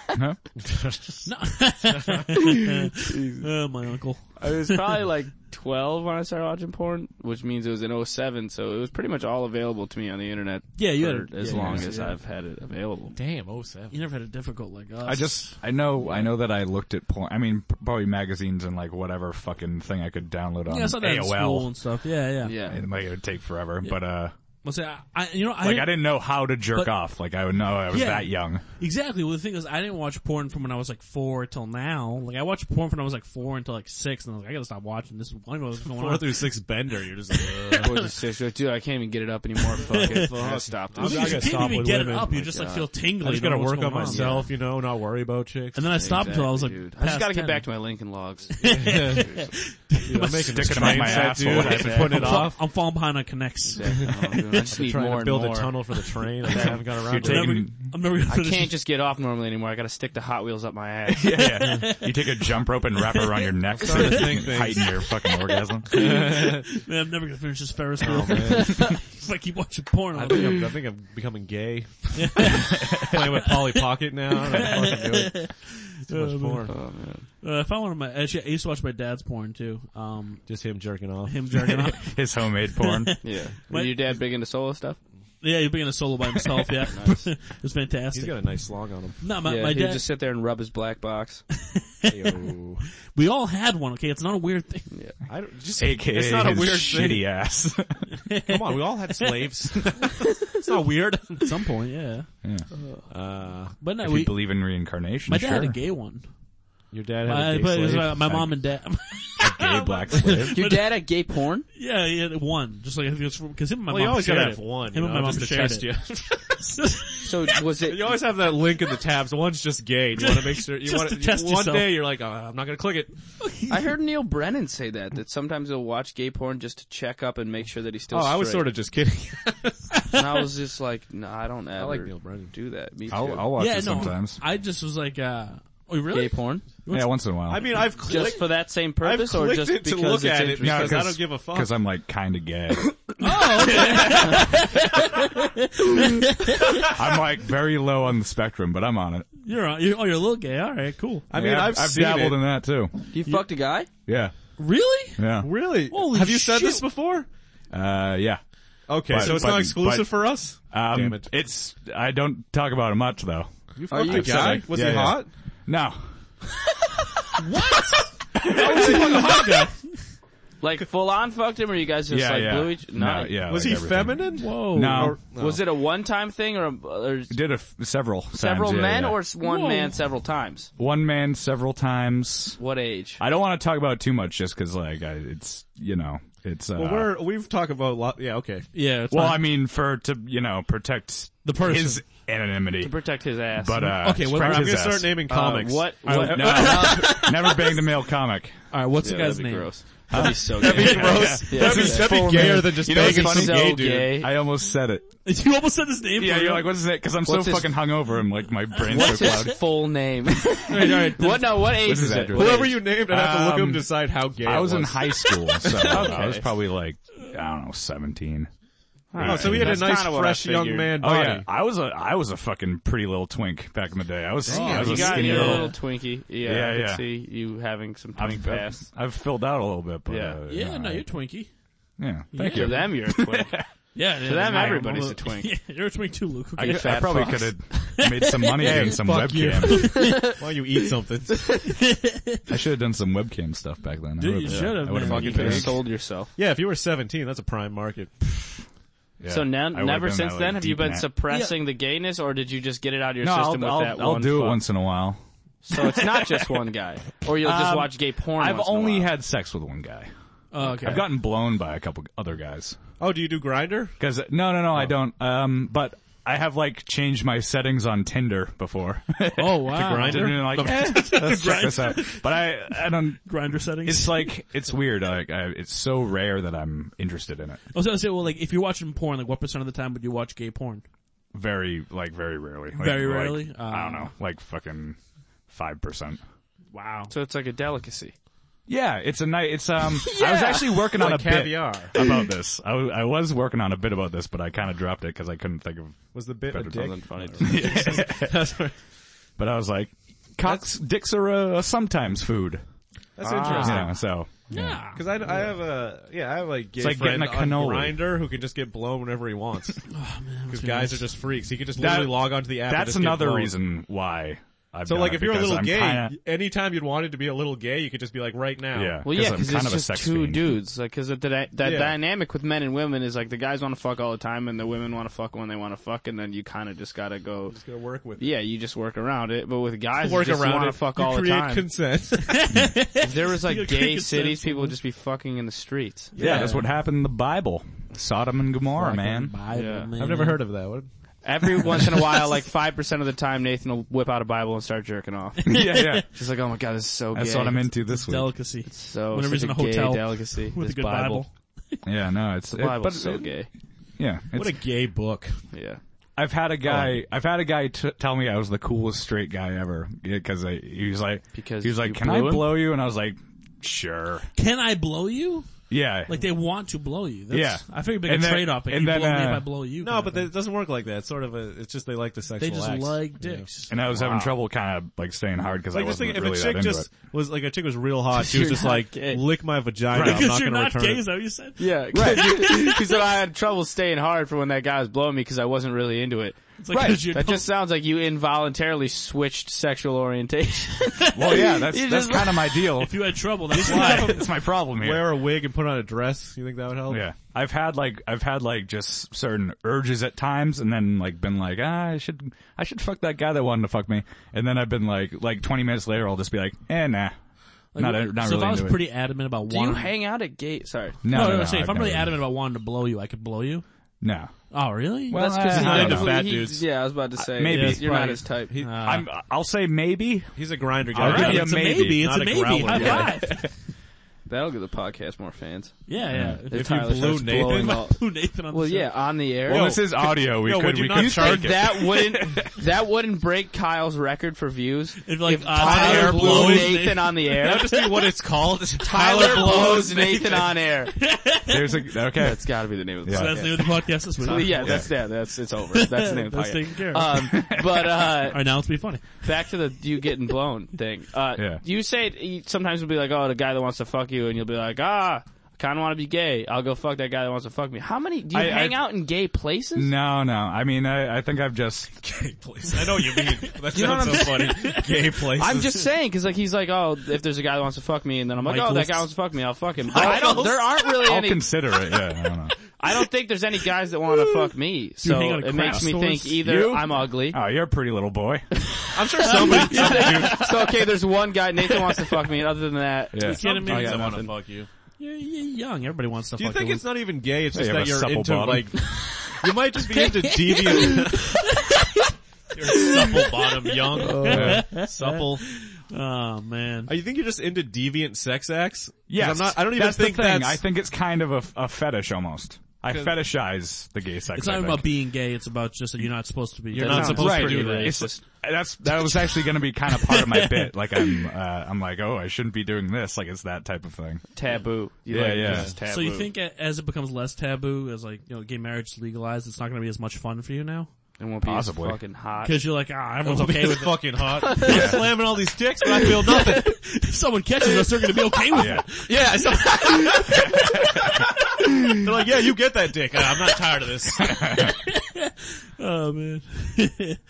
Huh? Uh, my uncle. I was probably like 12 when I started watching porn, which means it was in 07, so it was pretty much all available to me on the internet. Yeah, you for had as yeah, long yeah, as yeah. I've had it available. Damn, oh seven. You never had a difficult like us. I just, I know, I know that I looked at porn. I mean, probably magazines and like whatever fucking thing I could download on yeah, I saw that in school AOL, and stuff. Yeah, yeah. Yeah. and like it would take forever. But uh, Let's say I, I you know I, Like didn't- I didn't know how to jerk But- off. Like I would know I was Yeah. that young. Exactly. Well, the thing is, I didn't watch porn from when I was like four till now. Like, I watched porn from when I was like four until like six, and I was like, I gotta stop watching this. I don't know what's going Four on. through six bender, you're just like, Four to six. Like, Dude, I can't even get it up anymore. Fuck it. Fuck, Stop You I this. gotta can't stop even with get it women. up. You My just like God. feel tingly. I just you gotta don't know work what's on going myself, you know, not worry about chicks. And then I stopped until I was like, Exactly, dude. I just past gotta get 10. back to my Lincoln logs. Dude, I'm making this Sticking 'em up train my set, asshole. dude. I've been putting it I'm, fa- off. I'm falling behind on connects. Exactly. Oh, dude, I just need Trying more to build and a more. tunnel for the train. I just haven't got around to You're it. I'm never, taking- I'm never gonna I finish can't this. just get off normally anymore. I gotta stick the Hot Wheels up my ass. Yeah, yeah. You take a jump rope and wrap it around your neck so starting to that you think can things. heighten your fucking orgasm. It's Man, I'm never gonna finish this Ferris wheel. if I keep watching porn, I I'll think I'm, I think I'm becoming gay. Playing with Polly Pocket now. I don't know if I can do it. Too much porn. Oh, man. uh, if I wanted my, actually, I used to watch my dad's porn too. Um, Just him jerking off. him jerking off. His homemade porn. Yeah. What? Were your dad big into solo stuff? Yeah, you're being a solo by himself. Yeah, it was fantastic. He's got a nice slong on him. no, my, yeah, my he'd dad. just sit there and rub his black box. Ayo. we all had one. Okay, it's not a weird thing. I don't, just, AKA it's not a his weird shitty thing. ass. Come on, we all had slaves. it's not weird. At some point, yeah. Uh, But no, if you we. believe in reincarnation, My dad sure. had a gay one. your dad had My, a gay but it was slave. my, my mom and dad. Ah, Gay black slave. Your dad had gay porn? yeah, he had one. Just like I think it's because him and my Well, you mom always shared gotta have it. one. Him you and know, my mom just to shared test it. So was it? You always have that link in the tabs. One's just gay. You want to make sure. You Just want to test One yourself. day you're like, oh, I'm not gonna click it. I heard Neil Brennan say that that sometimes he'll watch gay porn just to check up and make sure that he's still. oh, I was sort of just kidding. And I was just like, no, I don't ever like Neil Brennan. do that. Me too. I'll, I'll watch yeah, it no. sometimes. I just was like, uh, oh really? gay porn yeah, once in a while. I mean, I've clicked. just for that same I've purpose, or clicked just it to because look it's at it interesting? because I don't give a fuck. Because I'm like kind of gay. Oh, okay. I'm like very low on the spectrum, but I'm on it. you're, on, you're, oh, you're a little gay. All right, cool. I mean, Yeah, I've, I've seen dabbled it. in that too. You fucked a guy? Yeah, Really? yeah, Really? Holy have you said shit. this before? uh, yeah. Okay, But- so it's but- not exclusive but- for us. Um, Damn it. It's I don't talk about it much though. You Are fucked you a guy? excited? Was Yeah, he yeah. hot? No, Like full on fucked him, or you guys just yeah, like yeah. blew each? no, Nice. yeah. Was like he everything. feminine? Whoa. No. Or- Was it a one time thing, or, or Did a f- several several times, yeah, men, yeah. or s- one Whoa. man several times? one man several times. What age? I don't want to talk about it too much, just because like I, it's you know it's. Uh, Well, we're we've talked about a lot. Yeah, okay. Yeah. It's well, not- I mean for to you know protect the person. his anonymity, to protect his ass. but uh, Okay, well, spread I'm his gonna ass. start naming Uh, comics. what? I what would- no, never banged a male comic. all right, what's the guy's that'd be name? gross. That'd be so Gross. gay. Yeah. That'd be, Yeah. that'd be Full gayer man. than just You know what's banging some funny? gay So dude. gay. I almost said it. You almost said his name. Yeah, for you're real? like, what's it? Because I'm so What's his- fucking hungover and like my brain's What's so his clouded. full name? All right, all right. what? No. What age his is it? address? What Whoever age? you named, I'd have to look him Um, to decide how gay I it was in high school, so I was Okay. probably like, I don't know, 17. Oh, so he had a That's nice, kinda what I fresh young figured. man Oh body. yeah, I was a I was a fucking pretty little twink back in the day. I was, I was You a got skinny you're a little. little twinkie. Yeah, Yeah, I could yeah. see you having some twink I've, pass. I've filled out a little bit, but Yeah. uh, Yeah, no, I- you're Twinkie. yeah, Yeah. thank To you. them, you're a twink. Yeah, to them, everybody's a twink. Yeah, you're a twink too, Luke. I, Okay. I fat probably fucks. could have made some money doing some fuck you. webcam. Why don't you eat something? I should have done some webcam stuff back then. I Dude, would've- you should have, I would've man. been You good. could have sold yourself. yeah, if you were 17, that's a prime market. Yeah. So now, I would've never been since that, like, then have you deep been net. suppressing the gayness, or did you just get it out of your No, system I'll, with I'll, that I'll one? do it fuck? once in a while. So it's not just one guy, or you'll just Um, watch gay porn. I've once in a only while. had sex with one guy. Oh, okay. I've gotten blown by a couple other guys. Oh, do you do grinder? Cause no, no, no, I don't. Um, but I have like changed my settings on Tinder before. oh wow. grinder? And then, like, eh, let's check this out. But I, I don't. Grinder settings. It's like it's weird. Like I, it's so rare that I'm interested in it. I was gonna say, well, like if you're watching porn, like what percent of the time would you watch gay porn? Very, like, very rarely. Like, Very like, rarely? I don't Uh. know. Like fucking five percent. Wow. So it's like a delicacy. Yeah, it's a night. It's um. I was actually working on a Like caviar. bit about this. I, w- I was working on a bit about this, but I kind of dropped it because I couldn't think of. Was the bit a Better dick? than Funny. That's, right. But I was like, cocks, dicks are a, a sometimes food. That's You interesting. know, so Yeah. Cause I, I have a, yeah, I have like gay It's like friend getting a on cannoli. Oh, Grinder who can just get blown whenever he wants. Cause guys are just freaks. He could just That- literally log onto the app. and that's just get another blown. reason why I've So done like it if you're a because little I'm gay, kinda- anytime you'd wanted to be a little gay, you could just be like right now. yeah, Well, yeah, I'm because kind it's of a just sex two fiend. dudes. Like, because that that Yeah. dynamic with men and women is like the guys want to fuck all the time, and the women want to fuck when they want to fuck, and then you kind of just gotta go. Just gonna work with it. Yeah, you just work around it. But with guys, Work you just around want it. to fuck you all the create time. consent. if there was like create gay consent cities, for people would just be fucking in the streets. Yeah, that's what happened in the Bible. Sodom and Gomorrah, man. Bible, Yeah. I've man. I've never heard of that one. Every once in a while, like five percent of the time, Nathan will whip out a Bible and start jerking off. yeah, yeah. She's like, "Oh my god, this is so That's gay. what I'm into this week. delicacy So Whenever such he's in a gay hotel delicacy with this a good Bible. Yeah, no, it's it, Bible's but so it- gay. yeah. What It's, a gay book. Yeah. I've had a guy, I've had a guy t- tell me I was the coolest straight guy ever because I he was like Because he was like, you can blew I him?" blow you? And I was like, sure, Can I blow you? yeah. Like they want to blow you. That's, Yeah. I figured And big then- trade off. Like and you then, blow me uh, if I blow you. No, kind but of that- thing. it doesn't work like that. It's sort of a. It's just they like the sexual they just acts. like dicks. and I was having trouble kind of like staying hard because I Like just wasn't think, if really a that chick into just it. was like a chick was real hot, she You're was just not like gay. lick my vagina. I'm Because not you're gonna not return gay, it. is that what you said? Yeah, right. he said I had trouble staying hard for when that guy was blowing me because I wasn't really into it. It's like 'cause you That don't- just sounds like you involuntarily switched sexual orientation. Well, yeah, that's You that's just- kind of my deal. if you had trouble, that's why. It's my problem here. Wear a wig and put on a dress. You think that would help? Yeah. I've had like, I've had like just certain urges at times and then like been like, ah, I should, I should fuck that guy that wanted to fuck me. And then I've been like, like 20 minutes later, I'll just be like, eh, nah. not, not so really if I was into it. pretty adamant about Do you wanting, hang out at gay? Sorry. No, no, no, no, no, say if I've I'm really never- adamant about wanting to blow you, I could blow you. No. Oh, really? Well, That's 'cause he's I don't not know. into fat he- dudes. Yeah, I was about to say. maybe. you're It's not probably- his type. he- I'm, I'll say maybe. He's a grinder guy. All right. Yeah. Yeah. it's a maybe, maybe. It's not a a maybe. growler. High Yeah. five. That'll give the podcast more fans. Yeah, yeah. If, you Tyler blew starts Nathan- blowing all- blew Nathan on the Well, show. yeah, on the air. Well, this is audio. We yo, would could, you we not could charge charge it? that wouldn't that wouldn't break Kyle's record for views. If like uh, Tyler, Tyler blew blows Nathan, on the air. That'd just be what it's called. Tyler blows Nathan on air. There's a, okay. That's got to be the name of the Yeah. podcast. So that's the end of the podcast this week. Well, yeah, that's that. That's it's over. That's the name of the That's podcast. taken care of. Um, but uh, All right, now let's be funny. back to the you getting blown thing. Uh, Yeah. You say it- you sometimes will be like, oh, the guy that wants to fuck you, and you'll be like, ah, I kind of want to be gay. I'll go fuck that guy that wants to fuck me. How many do you I- hang I- out in gay places? No, no. I mean, I, I think I've just, Gay place. I know what you mean. That know sounds so funny. Gay place. I'm just saying because like he's like, oh, if there's a guy that wants to fuck me, and then I'm like, oh, that Michaels. guy wants to fuck me, I'll fuck him. But I don't. There aren't really I'll any. consider it. Yeah. I don't know. I don't think there's any guys that want to fuck me. So hang out at it craft makes me stores? think either You? I'm ugly. Oh, you're a pretty little boy. I'm sure somebody. so okay, there's one guy Nathan wants to fuck me, and other than that, Yeah. kidding me? I I got want nothing. to fuck you. You're, you're young. Everybody wants to Do you fuck think it's not even gay? It's just you that have a you're supple into bottom. like. You might just be into deviant. you're supple bottom, young, uh, supple. Oh man. Uh, You think you're just into deviant sex acts? 'Cause Yes, I'm not, I don't even that's think the thing. that's. I think it's kind of a, a fetish almost. I fetishize the gay sex. It's not I even think. about being gay. It's about just that you're not supposed to be. You're not sounds supposed to pretty do that. racist. It's just- that's that was actually going to be kind of part of my bit. Like I'm, uh, I'm like, oh, I shouldn't be doing this. Like it's that type of thing. taboo. You Yeah, like, yeah. This is taboo. So you think a- as it becomes less taboo, as like you know, gay marriage is legalized, it's not going to be as much fun for you now it won't be as Possibly. fucking hot? because you're like, ah, everyone's Well, okay it's with it. fucking hot. I'm slamming all these dicks, but I feel nothing. If someone catches us, they're going to be okay with Yeah. it. Yeah. I saw- They're like, yeah, you get that dick. Uh, I'm not tired of this. Oh man.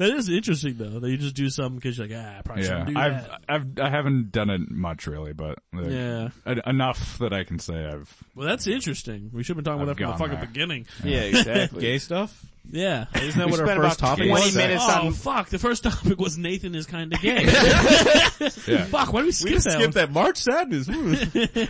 That is interesting though, that you just do something because you're like, ah, I probably Yeah, shouldn't do I've, that. I've, I haven't done it much really, but like, Yeah. en- enough that I can say I've. Well, that's interesting. We should have been talking about I've that from the fucking gone there. beginning. Yeah, exactly. Gay stuff. Yeah. Isn't that We what our spent first about topic 20 was? minutes oh on- fuck! The first topic was Nathan is kind of gay. Yeah. Fuck! Why did we skip We just that? skipped one? that March sadness.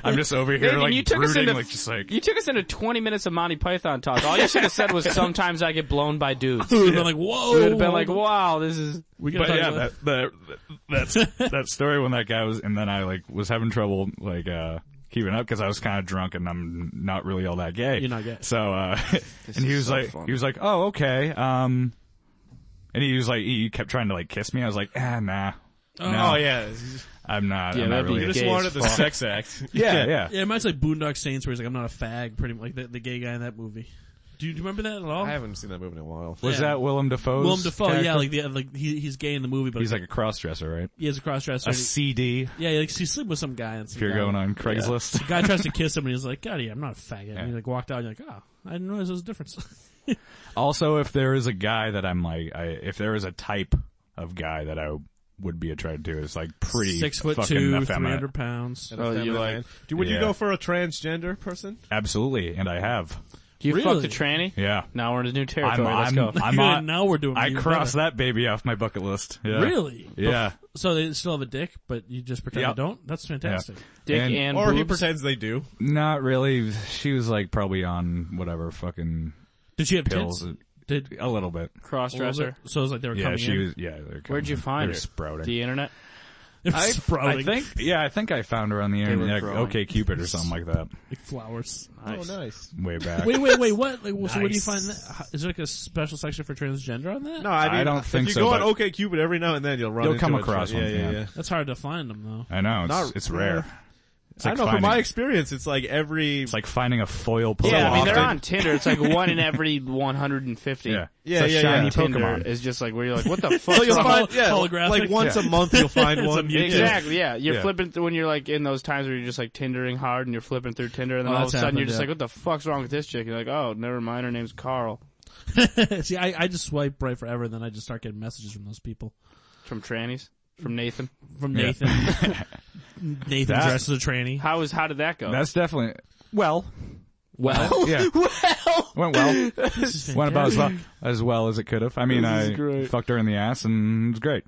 I'm just over here Nathan, like you took us brooding, into- like just like. You took us into 20 minutes of Monty Python talk. All you should have said was sometimes I get blown by dudes. We You would have been like, whoa! would have been like, wow, this is... we gotta But talk yeah, about that, the, that's, that story when that guy was, and then I like was having trouble like, uh, keeping up because I was kind of drunk and I'm not really all that gay. You're not gay. So, uh, and he is was so like, fun. he was like, oh, okay, um, and he was like, he kept trying to like kiss me. I was like, ah, nah. no, Oh yeah. I'm not, Yeah, I'm not that'd be really. You just Gay as wanted the fuck. sex act. yeah, yeah. Yeah, it reminds me like Boondock Saints, where he's like, "I'm not a fag," pretty much, like the, the gay guy in that movie. Do you, do you remember that at all? I haven't seen that movie in a while. Was Yeah. that Willem Dafoe's? Willem Dafoe, yeah, character? like the like he, he's gay in the movie, but He's like a cross-dresser, right? he has a cross dresser. A CD, Yeah, like she's sleeping with some guy and some if you're guy. going on Craigslist. Guy tries to kiss him and he's like, God, yeah, I'm not a faggot. Yeah. And he like walked out and you're like, oh, I didn't realize there was a difference. Also, if there is a guy that I'm like, I, if there is a type of guy that I would be attracted to is like pretty Six foot fucking two, three effeminate. hundred pounds. An effeminate you like- man. Do, would Yeah. you go for a transgender person? Absolutely, and I have. Do you fuck Really? the tranny? Yeah, Now we're in a new territory. I'm. Let's I'm. go. I'm Good, on, now we're doing. I even crossed better. that baby off my bucket list. Yeah. Really? Yeah. So they still have a dick, but you just pretend Yeah. you don't. That's fantastic. Dick And- and, Or he boobs? pretends they do. Not really. She was like probably on whatever fucking Did she have pills. tits? Did A little bit. cross-dresser. So it was like they were Yeah, coming she in. was. Yeah. they're Where'd you coming- find they're her? Sprouting. The internet. They were I, sprouting I think. Yeah, I think I found her on the were internet. Like, growing. okay, Cupid or something like that. like flowers. Nice. Oh, nice. Way back. Wait, wait, wait. What? Like, So where do you Nice. find that? Is there like a special section for transgender on that? No, I, I mean, don't think if so, you go but- on OKCupid every now and then, you'll run. You'll into come a across trans- one, Yeah, yeah, yeah. yeah. That's hard to find them though. I know. It's, Not- it's rare. It's I like don't know. From finding- my experience, it's like every. It's like finding a foil pillow. Yeah, I mean off they're the- on Tinder. It's like one in every 150. Yeah. Yeah, It's a yeah, shiny yeah. Tinder Pokemon. is just like where you're like, what the so fuck? you'll hol- find, yeah, holographic. like once a month you'll find one. Exactly. Yeah, you're Yeah. flipping through when you're like in those times where you're just like Tindering hard and you're flipping through Tinder, and then Oh, all of a that's sudden you're happened, just yeah. like, what the fuck's wrong with this chick? You're like, oh, never mind. Her name's Carl See, I, I just swipe right forever, and then I just start getting messages from those people. from trannies from Nathan. From Yeah. Nathan. Nathan That- dresses a tranny. How is how did that go? That's definitely well. well, Yeah, well, went well. This is Went about as fantastic. well as well as it could have. I mean, I fucked her in the ass and it was great.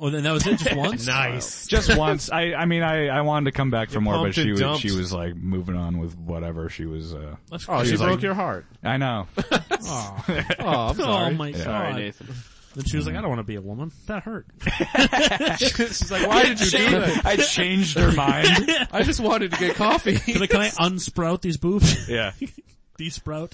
Oh, then that was it, just once? Nice. Just once. I I mean, I I wanted to come back for more, but pumped she and was dumped. she was like moving on with whatever she was. uh That's Oh, crazy. she was like- broke your heart. I know. Aw. oh, I'm Oh sorry. my sorry, god. Nathan. Then she was like, I don't want to be a woman. That hurt. Mm. She's like, why did you do that? I changed her mind. I just wanted to get coffee. Can I, can I unsprout these boobs? Yeah, Desprout?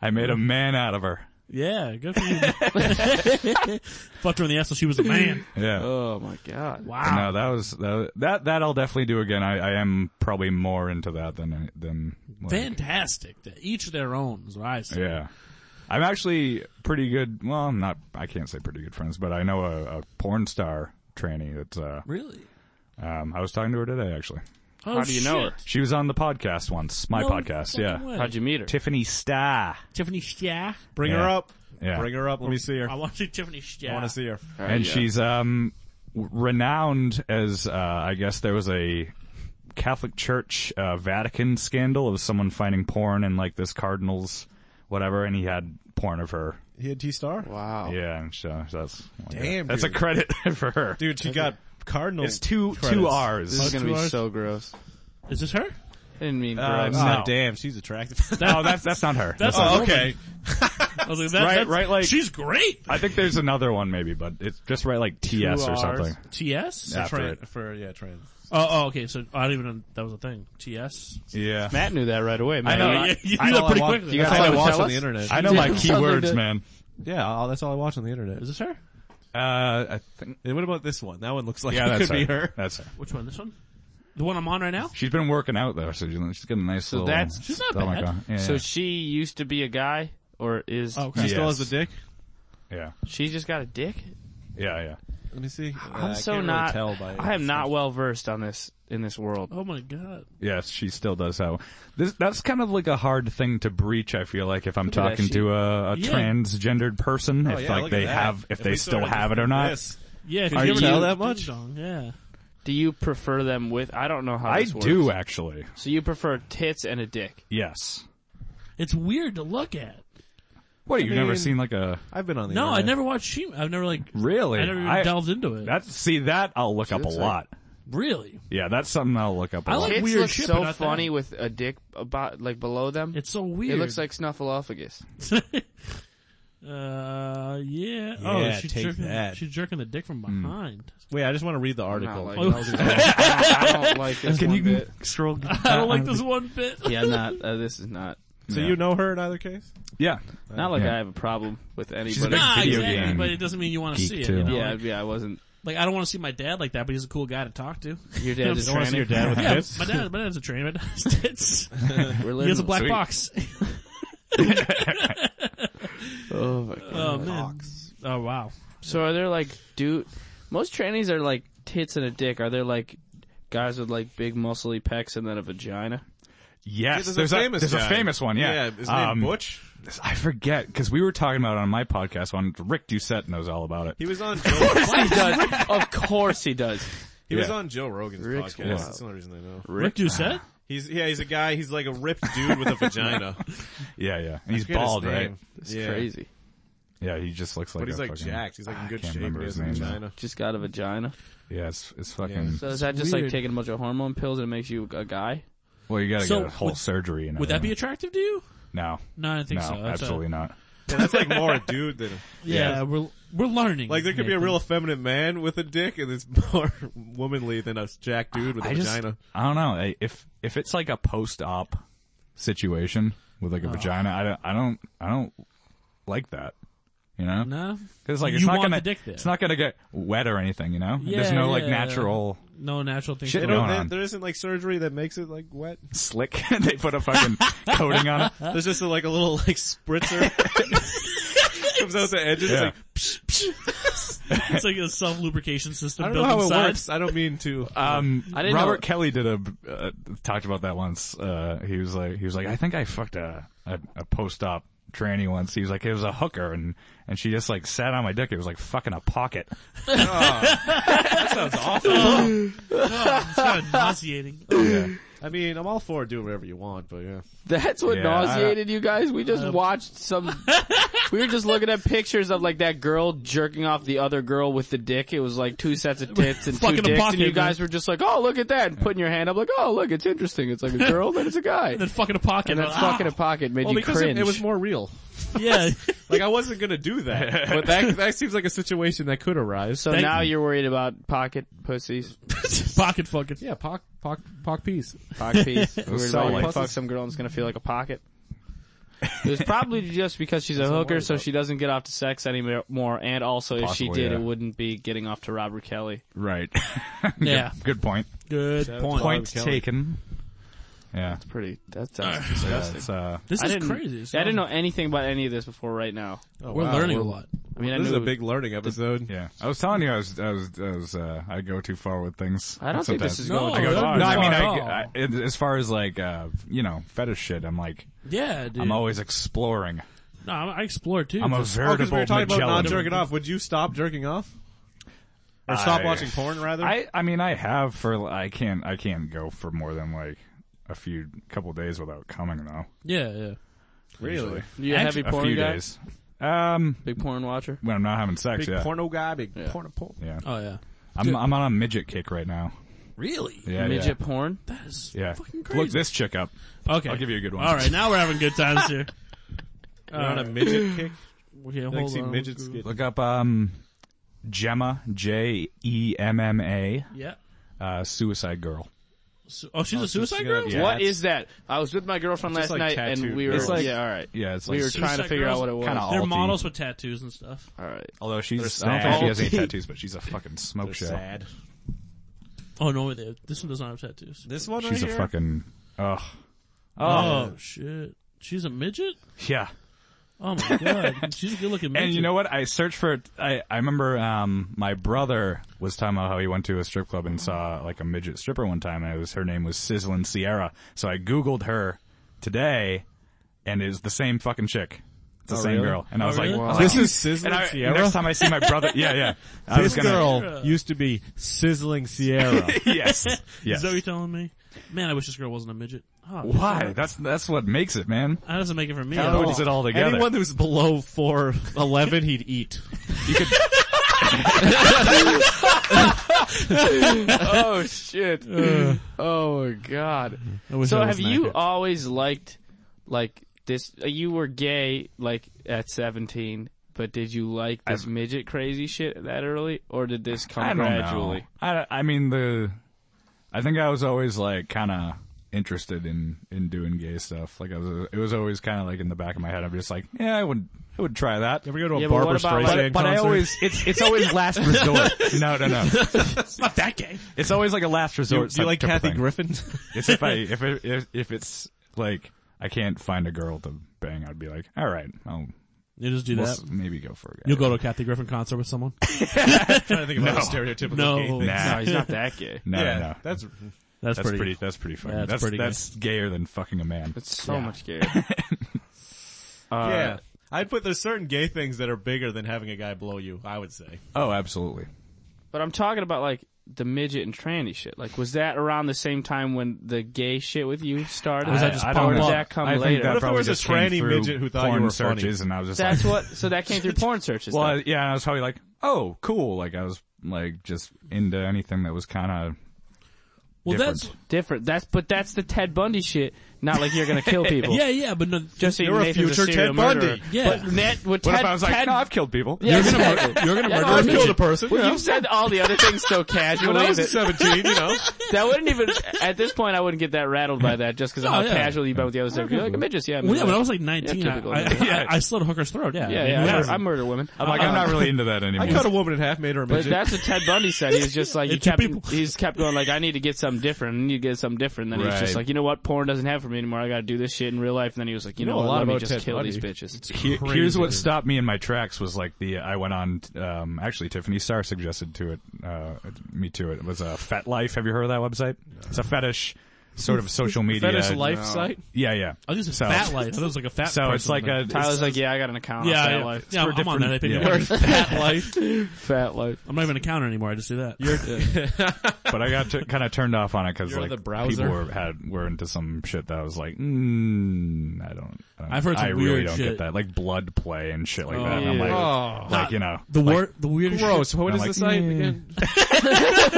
I made a man out of her. Yeah, good for you. Fucked her in the ass so she was a man. Yeah. Oh my god. Wow. No, that was that that that I'll definitely do again. I, I am probably more into that than I- than like, Fantastic. Each their own is what I say. yeah. I'm actually pretty good. Well, I'm not. I can't say pretty good friends, but I know a, a porn star tranny that's. Uh, Really? um, I was talking to her today. Actually, Oh, How do you know shit. her? she was on the podcast once. My No podcast. fucking Yeah. way. How'd you meet her? Tiffany Starr. Tiffany Shah. Bring Yeah. her up. Yeah. Bring her up. Let me see her. I I want to see Tiffany Shah. want to see her. and yeah. she's um renowned as uh I guess there was a Catholic Church uh, Vatican scandal of someone finding porn in like this cardinal's whatever and he had porn of her. He had T star. Oh. Wow. Yeah, and so that's Damn, That's dude. a credit for her. Dude, she got Cardinal. it's two credits. two R's. This is gonna Two be hours? so gross. Is this her? I didn't mean Uh, gross. Ah, no. Oh, Oh, damn, she's attractive. no, that's that's not her. That's That's not a oh, woman. okay. I was like, that, Right, that's- right, like- she's great. I think there's another one maybe, but it's just right like TS Two or Rs. something. TS? Yeah. Oh, After Tran- it. for yeah, trans. oh, okay. So I don't even know that was a thing. TS. Yeah. Matt knew that right away. Man. know, Yeah, I- you you I knew know that I pretty want- quickly. That's all I gotta watch tell on the us? internet. I know my Something to- keywords, man. yeah, all, that's all I watch on the internet. Is this her? Uh I think And what about this one? That one looks like it yeah, that's could her. be her. That's her. Which one? This one? The one I'm on right now? She's been working out though, so she's getting a nice little. that's- She's not stomach bad. on- Yeah, So she used to be a guy, or is Oh, okay. She still Yes. has the dick. yeah, she just got a dick? yeah, yeah. Let me see. Uh, I'm so not. I am not well versed on this in this world. Oh my god. Yes, she still does have. This that's kind of like a hard thing to breach. I feel like if I'm at that talking sheet. to a, a Yeah. transgendered Oh, person, if like they have, if, they still have it or not. Yeah, Are you you- know Tell that much? Yeah. Do you prefer them with? I don't know how I this works. do actually. So you prefer tits and a dick? Yes. It's weird to look at. What you've never mean- seen like a I've been on the No, I internet. never watched she. I've never like. really? I never even I- delved into it. that see that I'll look up a It's like- lot. really, Yeah, that's something I'll look up a I lot. like- Tits weird look shit, but so not that. funny with a dick about like below them. it's so weird. It looks like snuffleupagus. uh, yeah. oh, Yeah, she's take jerking, that. she's jerking the dick from behind. Wait, I just want to read the Not article. like, Oh. I don't like this Can one you bit. scroll? I don't like this one bit. Yeah, I'm not. Uh, this is not. so Yeah. you know her in either case? Yeah, Not like Yeah. I have a problem with anybody. a big Nah, video exactly, game but it doesn't mean you want to geek see it. too. You know? yeah, like, yeah, I wasn't. like, I don't want to see my dad like that, but he's a cool guy to talk to. Your dad is Don't wanna see tranny. your dad with Yeah, tits? my dad, my dad's a trainer. My dad's tits. He We're has a living- black Sweet. box. Oh my god. Oh man. Oh wow. So are there like dude? Most trannies are like tits and a dick. Are there like guys with like big muscly pecs and then a vagina? Yes, there's, there's, a famous there's guy. a famous one. Yeah, yeah his name Um, Butch. I forget because we were talking about it on my podcast. On Rick Doucette knows all about it. He was on Joe. He does. of course he does. he was Yeah. on Joe Rogan's Rick's podcast. wild. That's the only reason I know. Rick Doucette? He's yeah, he's a guy. He's like a ripped dude with a vagina. Yeah, yeah. And he's Forget his bald, name. right? It's yeah. crazy. Yeah, he just looks like. But he's a like fucking- jacked. He's like in I good can't shape. He remember has his a name. though. vagina. Just got a vagina. Yeah, it's it's fucking. Yeah. So is that just like weird. taking a bunch of hormone pills and it makes you a guy? Well, you gotta So, get a whole would- surgery and Would that be everything. attractive to you? no, No, I don't think no, so. That's a- absolutely not. Yeah, that's like more a dude than yeah, Yeah. we're we're learning. like there could be a Nathan. real effeminate man with a dick, and it's more womanly than a jacked dude with a I just, vagina. I don't know. I- If if it's like a post-op situation with like a vagina, I don't, I don't, I don't like that. You know, no, because like You it's not want gonna, the dick there. it's not gonna get wet or anything. You know, there's Yeah, no like yeah, natural no natural thing. Shit, going You know, Going there- on. there isn't like surgery that makes it like wet. slick. they put a fucking coating on it. There's just like a little like spritzer comes out the edges. Yeah. Like, on. it's like a self lubrication system I don't know built how inside. it works. I don't mean to. Um, I didn't Robert know- Kelly did a uh, talked about that once. Uh, he was like, he was like, I think I fucked a a, a post op tranny once. He was like, it was a hooker, and and she just like sat on my dick. It was like fucking a pocket. Oh, it's kind of nauseating. Oh, I mean, I'm all for doing whatever you want, but yeah. That's what Yeah, nauseated you guys. We Um, just watched some. we were just looking at pictures of like that girl jerking off the other girl with the dick. It was like two sets of tits and two Fucking a dicks, pocket, and you man. guys were just like, "Oh, look at that!" and putting your hand up, like, "Oh, look, it's interesting. It's like a girl, then it's a guy." and then fucking a pocket. and that Ah. fucking a pocket made Well, you because cringe. it, it was more real. Yeah. Like I wasn't gonna do that, but that that seems like a situation that could arise. so Thank- now you're worried about pocket pussies, pocket fucking. Yeah, pock, pock, pock piece. pocket piece. You're worried about solid. you fuck some girl and it's gonna feel like a pocket. It was probably just because she's a what I'm hooker, worried so about. she doesn't get off to sex anymore. And also, if she Possibly, did, yeah. it wouldn't be getting off to Robert Kelly. Right. Yeah. Good, good point. Good point. Point Kelly. taken. Yeah. pretty. That sounds Yeah, disgusting. it's, uh, This I is didn't, crazy. It's I didn't know anything about any of this before right now. Oh, We're wow. learning Well, a lot. I mean, I This knew. is a it was- big learning episode. yeah. I was telling you, I was, I was, I was, uh, I go too far with things. I don't think this sometimes. is No, going. I to go- go No, Oh, far. no, I mean, at I, all. I, it- as far as like, uh, you know, fetish shit, I'm like, Yeah, dude. I'm always exploring. no, I I explore too. I'm a Oh, because veritable we were talking about Magellan. not jerking off. Would you stop jerking off? Or stop I- watching porn rather? I, I mean, I have for, I can't, I can't go for more than like a few, couple days without coming though. yeah, yeah. really? You a heavy A porn few guy? days. Um, Big porn watcher. when I'm not having sex, Big yeah. porno guy, big Yeah. porno porn. Yeah. Oh yeah. I'm, I'm on a midget kick right now. Really? Yeah. yeah. Midget porn. That is Yeah. fucking crazy. Look this chick up. okay. I'll give you a good one. All right, now we're having good times here. You're on a midget kick? Okay, hold I like see on. midgets get Look up um Gemma J E M M A Yeah. uh Suicide Girl. Su- oh, she's a she's suicide gonna- girl. Yeah, what it's- is that? I was with my girlfriend It's just last like night, and tattooed. we were It's like- yeah, all right. Yeah, it's like We were trying to Suicide figure out Girls? what it was. Kinda They're Alty. models with tattoos and stuff. All right. although she's They're I don't think she has any sad. tattoos, but she's a fucking smoke show. sad. Oh no, they- this one does not have tattoos. This one She's right a here? fucking ugh. Oh, shit, she's a midget. Yeah. Oh my god, she's a good looking midget. And you know what? I searched for it. I, I remember um my brother was talking about how he went to a strip club and saw like a midget stripper one time and it was her name was Sizzlin' Sierra. So I googled her today and it's the same fucking chick. It's the Oh, same really? girl. And I Oh, was really? like, I was like, This "You is Sizzling And I, Sierra. next time I see my brother, yeah, yeah. I This was gonna, girl used to be Sizzling Sierra. yes, is yes. that what you're telling me? Man, I wish this girl wasn't a midget. Oh, Why? That's that's what makes it, man. That doesn't make it for me. That at all. puts it all together. Anyone who's below 4'11, he'd eat. You could, oh shit. Uh. oh my god. So have you always liked like this uh, you were gay like at 17, but did you like this midget crazy shit that early or did this come I don't gradually? know. I, I mean the, I think I was always like kind of interested in in doing gay stuff. Like I was, it was always kind of like in the back of my head. I'm just like, yeah, I would, I would try that. Ever go to a Yeah, but Barbara what about, like- Streisand But I concert? always, it's it's always last resort. No, no, no. It's not that gay. It's always like a last do, resort. do you like type of Kathy thing. Griffin? It's if I if it, if if it's like I can't find a girl to bang, I'd be like, all right, I'll You just do we'll that. s- maybe go for a guy. You'll go to a Kathy Griffin concert with someone. trying to think about No. a stereotypical No. gay thing. Nah. No, he's not that gay. no, yeah, no, no. that's That's, That's pretty. pretty. That's pretty fucking. That's That's pretty good. that's gayer than fucking a man. It's so Yeah. much gayer. Uh, yeah. I'd put there's certain gay things that are bigger than having a guy blow you, I would say. Oh, absolutely. But I'm talking about like the midget and tranny shit. Like, was that around the same time when the gay shit with you started? Was that I- just I pop don't know. up? Did that come I think later? that What if there probably was a just came tranny through midget who thought you porn were funny? searches and I was just That's like, what. So that came through porn searches. well, then. I- yeah, I was probably like, oh, cool. Like I was like just into anything that was kind of well, different. that's different. That's but that's the Ted Bundy shit. Not like you're gonna kill people. yeah, yeah, but no, Just so You're a Nathan's future serial Ted Bundy. murderer. Yeah. But Nat, with what Ted, if I was like, Ted, no, I've killed people. yeah, you're gonna exactly. murder, you're gonna Yeah, murder no, a I I've mean- killed midget. a person. Well, yeah. you've said all the other things so When I casually was that, 17, you know. that wouldn't even. At this point, I wouldn't get that rattled by that just because of No, how yeah. casual you've been with the other stuff. You're like a midget, yeah. I mean, Well, yeah, when I was like 19, Yeah, I, typical. I, Yeah. I, I slit a hooker's throat. Yeah, yeah, I mean, yeah, I, who murder, doesn't- I murder women. I'm like, I'm not really into that anymore. I cut a woman in half, made her a But midget. that's what Ted Bundy said. He was just like, he It's two kept, people. he's kept going like, I need to get something different. I need to get something different. And then he's just Right. like, you know what? Porn doesn't have for me anymore. I gotta do this shit in real life. And then he was like, you, know, know a what? lot Let me about just Ted kill Bundy. these bitches. Here- here's crazy, what dude. stopped me in my tracks was like the I went on um, actually Tiffany Starr suggested to it uh, me to it. It was a uh, Fet Life. Have you heard of that website? It's a fetish sort of social media. Fetish life site? Yeah, yeah. I think it's a So- Oh, fat life. I thought it was like a fat. So it's person like thing. a Tyler's like, yeah, I got an account. yeah, on fat yeah, life. yeah, I'm on that. I paid yeah. the word fat life. Fat life. I'm not even an accountant anymore. I just do that. but I got kind of turned off on it because You're like the browser. people were had were into some shit that I was like, mm, I don't. I don't I've heard some I really weird don't shit. get that, like blood play and shit like that. And yeah. I'm like, oh. like you know, the like, wor- the weirdest. shit- Gross. What is I'm like, the site "Yeah." again?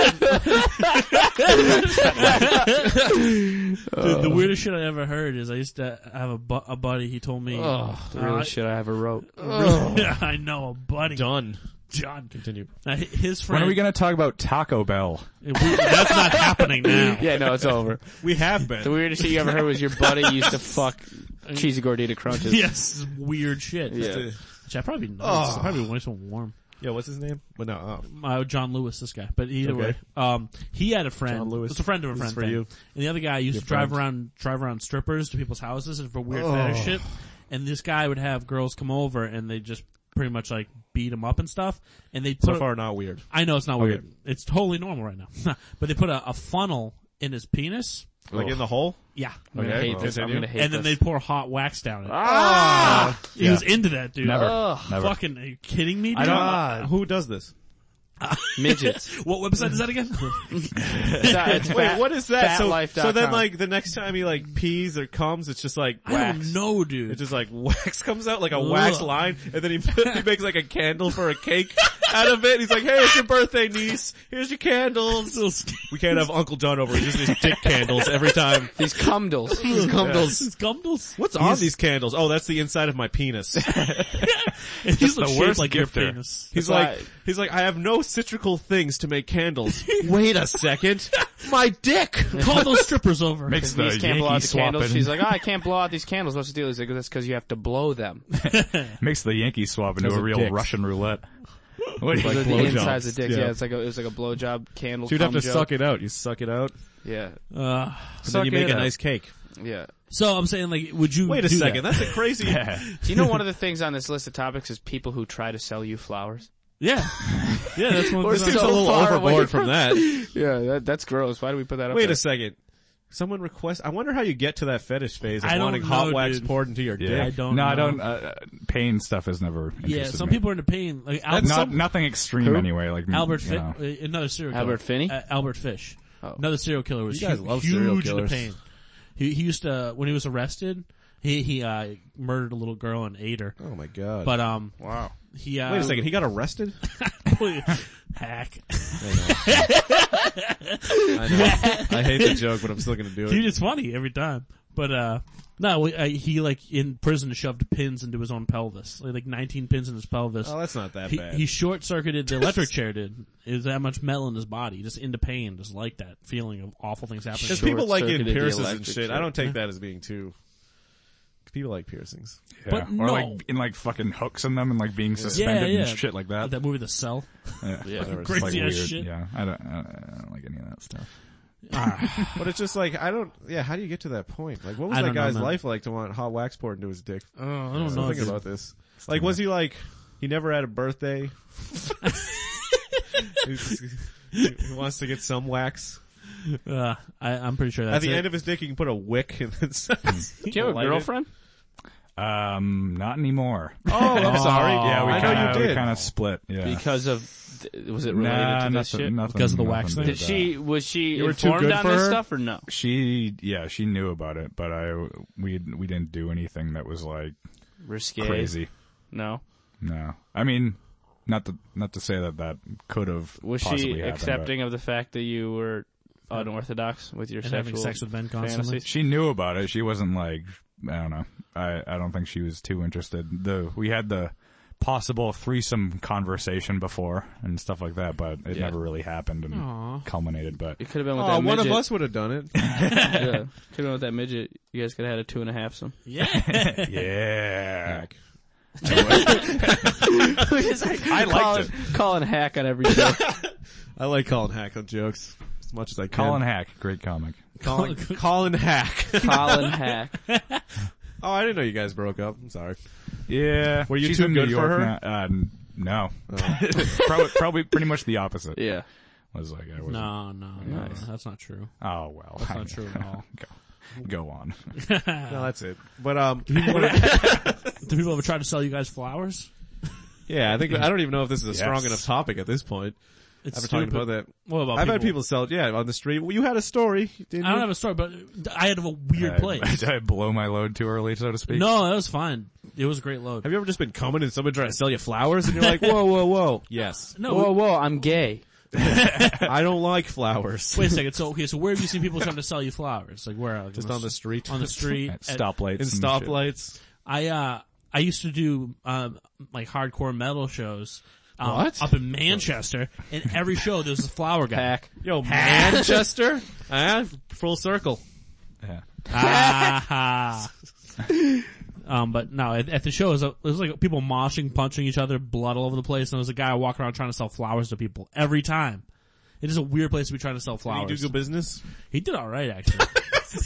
Dude, the weirdest shit I ever heard is I used to have a, bu- a buddy. He told me, Oh, the real Uh, shit I ever wrote. I know a buddy, Done. John. Continue. Uh, hi- his When friend. are we gonna talk about Taco Bell? we- that's not happening now. Yeah, no, it's over. We have been. The weirdest shit you ever heard was your buddy used to fuck cheesy gordita crunches. Yes, weird shit. Yeah. Which I probably know. Oh. It's probably why it's so warm. yeah, what's his name? But no, oh. Uh, John Lewis, this guy. But either Okay. way, um, he had a friend. John Lewis. It's a friend of a This friend is for thing. you. And the other guy used to drive around, drive around strippers to people's houses and for weird Oh. fetish shit. And this guy would have girls come over and they just pretty much like beat him up and stuff. And they put So a- far, not weird. I know it's not weird. It's totally normal right now. but they put a, a funnel in his penis. Like in the hole? Yeah. I'm gonna Okay, hate well, this. I'm continue. gonna hate and then they this. pour hot wax down it. ah! he was into that dude. Uh, Never, Oh. never. Fucking, are you kidding me, dude? I don't. Ah, who does this? midgets. What website is that again? It's not- it's Wait, fat- what is that? So, fatlife.com. so then like the next time he like pees or comes, it's just like I don't wax. know, It dude. just like wax comes out like a wax Ugh. line and then he, he makes like a candle for a cake out of it. He's like, hey, it's your birthday niece. Here's your candles. Still scared. We can't have Uncle John over. He just needs dick candles every time. these cumdles. These cumdles. It's Gumdles. What's on these candles? Oh, that's the inside of my penis. He's Just like the shaped worst like your gifter. penis. He's That's like, why- he's like, I have no citrical things to make candles. Wait a second, my dick. Call those strippers over. Makes the Denise can't Yankee blow out the swapping. candles. She's like, oh, I can't blow out these candles. What's the deal? He's like, that's because you have to blow them. makes the Yankee swap into Those a are real dicks. Russian roulette. What do you Those are like, the blowjobs. insides of dicks. Yeah. Yeah. it's like a, it was like a blowjob candle. So you'd have to cum joke. suck it out. You suck it out, Yeah, and Uh, then you Suck make it a out. nice cake. yeah. so I'm saying, like, would you Wait a do second, That? that's a crazy. Do you know one of the things on this list of topics is people who try to sell you flowers? Yeah, yeah, that's one. We're thing. Seems so a little far away overboard from- from that. Yeah, that, that's gross. Why do we put that up Wait a second. Someone request. I wonder how you get to that fetish phase of I don't wanting hot know, wax dude. poured into your Yeah. I dick. don't No, I know. don't. Uh, uh, pain stuff has never. yeah, interested some me. people are into pain. Like Al- Not some- nothing extreme Who? anyway. Like Albert, you Fi- know. uh, another serial killer. Albert Finney? Uh, Albert Fish. Oh. Another serial killer was You guys hu- love huge serial into killers. pain. He, he used to when he was arrested, he he uh, murdered a little girl and ate her. Oh my god. But um, Wow. he uh, Wait a second, he got arrested? hack. I, know. I hate the joke, but I'm still gonna do it. Dude, it's funny every time. But uh, no, we- I, he like in prison shoved pins into his own pelvis, like, like 19 pins in his pelvis. Oh, that's not that he, bad. he short circuited the electric chair. Did is that much metal in his body? Just into pain, just like that feeling of awful things happening. Because people like in short-circuited the piercings and electric shit. I chair. don't take that as being too. People like piercings. Yeah. But or no. like in like fucking hooks in them and like being suspended yeah. and shit like that. that movie, The Cell. yeah. Whatever. It's, like, Crazy weird. ass shit. Yeah, I don't, I don't, I don't like any of that stuff. But it's just like I don't. Yeah, how do you get to that point? Like, what was I that don't know, guy's man. life like to want hot wax poured into his dick? Oh, I don't I'm know. thinking dude. about this. Like, was he like he never had a birthday? He's- he wants to get some wax. Uh, I, I'm pretty sure that's At the it. Hmm. end of his dick, you can put a wick and then Do you have a Light it. girlfriend? Um, not anymore. Oh, I'm sorry. Yeah, we I kinda, know you did. kind of split. Yeah. Because of th- was it related nah, to nothing, this shit? nothing- Because of the wax nothing to thing? Did do with she was she You were too informed good on for this her? stuff or no? that. She, yeah, she knew about it, but I, we, we didn't do anything that was like Risque. crazy. No. No, I mean, not to not to say that that could have Was possibly she happened, accepting of the fact that you were unorthodox with your and having sexual sex with Ben constantly. fantasies? but She knew about it. She wasn't like I don't know. I I don't think she was too interested. The we had the possible threesome conversation before and stuff like that, but it Yeah. never really happened and Aw. culminated. But It could have been with Oh, that one midget. of us would have done it. yeah. Could have been with that midget. You guys could have had a two and a half some. yeah, I liked calling, Calling hack on every show. I like Colin Hack on jokes as much as I can. Colin Hack, great comic. Colin, Colin Hack. Colin hack. oh, I didn't know you guys broke up. I'm sorry. Yeah, were you She's too in good New for York her? Oh. Now. Uh, no, probably, probably pretty much the opposite. Yeah. Was like I was. No, no, no, that's not true. Oh well, That's not true at all. Go, go on. Uh. No, that's it. But um, Do people ever try to sell you guys flowers? yeah, I think I don't even know if this is a strong Yes. enough topic at this point. It's I've been talking stupid. about that. What about I've had people sell, yeah, on the street. Well, you had a story, didn't I don't you? have a story, but I had a weird Did I- place. Did I blow my load too early, so to speak? No, that was fine. It was a great load. Have you ever just been coming and someone trying to sell you flowers and you're like, whoa, whoa, whoa. Yes. No, Whoa, whoa, I'm gay. I don't like flowers. Wait a second. So okay, so where have you seen people trying to sell you flowers? Like where? Like, Just on the street. on the street. At At- stoplights. In and shit. stoplights. I uh I used to do um like hardcore metal shows. Um, What? Up in Manchester, and every show there was a flower guy. Hack. Yo, Manchester. Ah, full circle. Yeah. Ah-ha. um, but no, at, at the show it was, a, it was like people moshing, punching each other, blood all over the place, and there was a guy walking around trying to sell flowers to people every time. It is a weird place to be trying to sell You flowers. do good business? He did all right actually.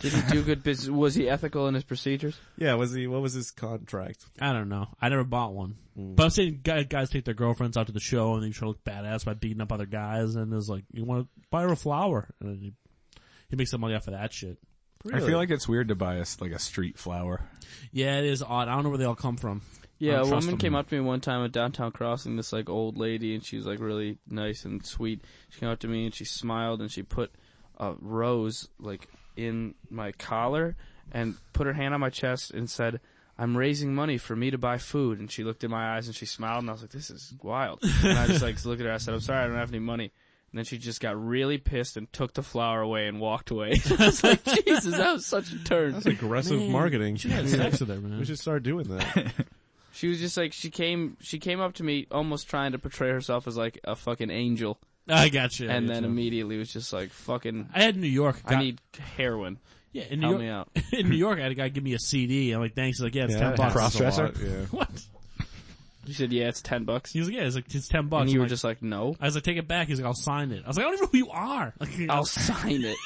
Did he do good business? Was he ethical in his procedures? Yeah, was he, what was his contract? I don't know. I never bought one. But I've seen guy- guys take their girlfriends out to the show and they try to look badass by beating up other guys and it's like, you want to buy her a flower? And then he, he makes some money off of that shit. I feel like it's weird to buy a, s- like a street flower. Yeah, it is odd. I don't know where they all come from. Yeah, don't a trust woman them. came up to me one time at downtown crossing. This like old lady, and she was like really nice and sweet. She came up to me and she smiled and she put a rose like in my collar and put her hand on my chest and said, "I'm raising money for me to buy food." And she looked in my eyes and she smiled and I was like, "This is wild." and I just like looked at her. I said, "I'm sorry, I don't have any money." And then she just got really pissed and took the flower away and walked away. I was like, "Jesus, that was such a turn." That's aggressive Man, marketing. She had sex with her, man. We should start doing that. She was just like she came. She came up to me almost trying to portray herself as like a fucking angel, I got you. and I then got you. immediately was just like fucking. I had New York. I Got- need heroin. yeah, in New York. Help me out. in New York, I had a guy give me a CD. I'm like, thanks. He's like, yeah, it's Yeah, ten that bucks. happens a lot, Yeah. What? You said yeah, it's ten bucks, He was like, yeah, it's like it's ten bucks. and you I'm were like- just like no, I was like, take it back. He's like, I'll sign it. I was like, I don't even know who you are. Like, you know, I'll sign it.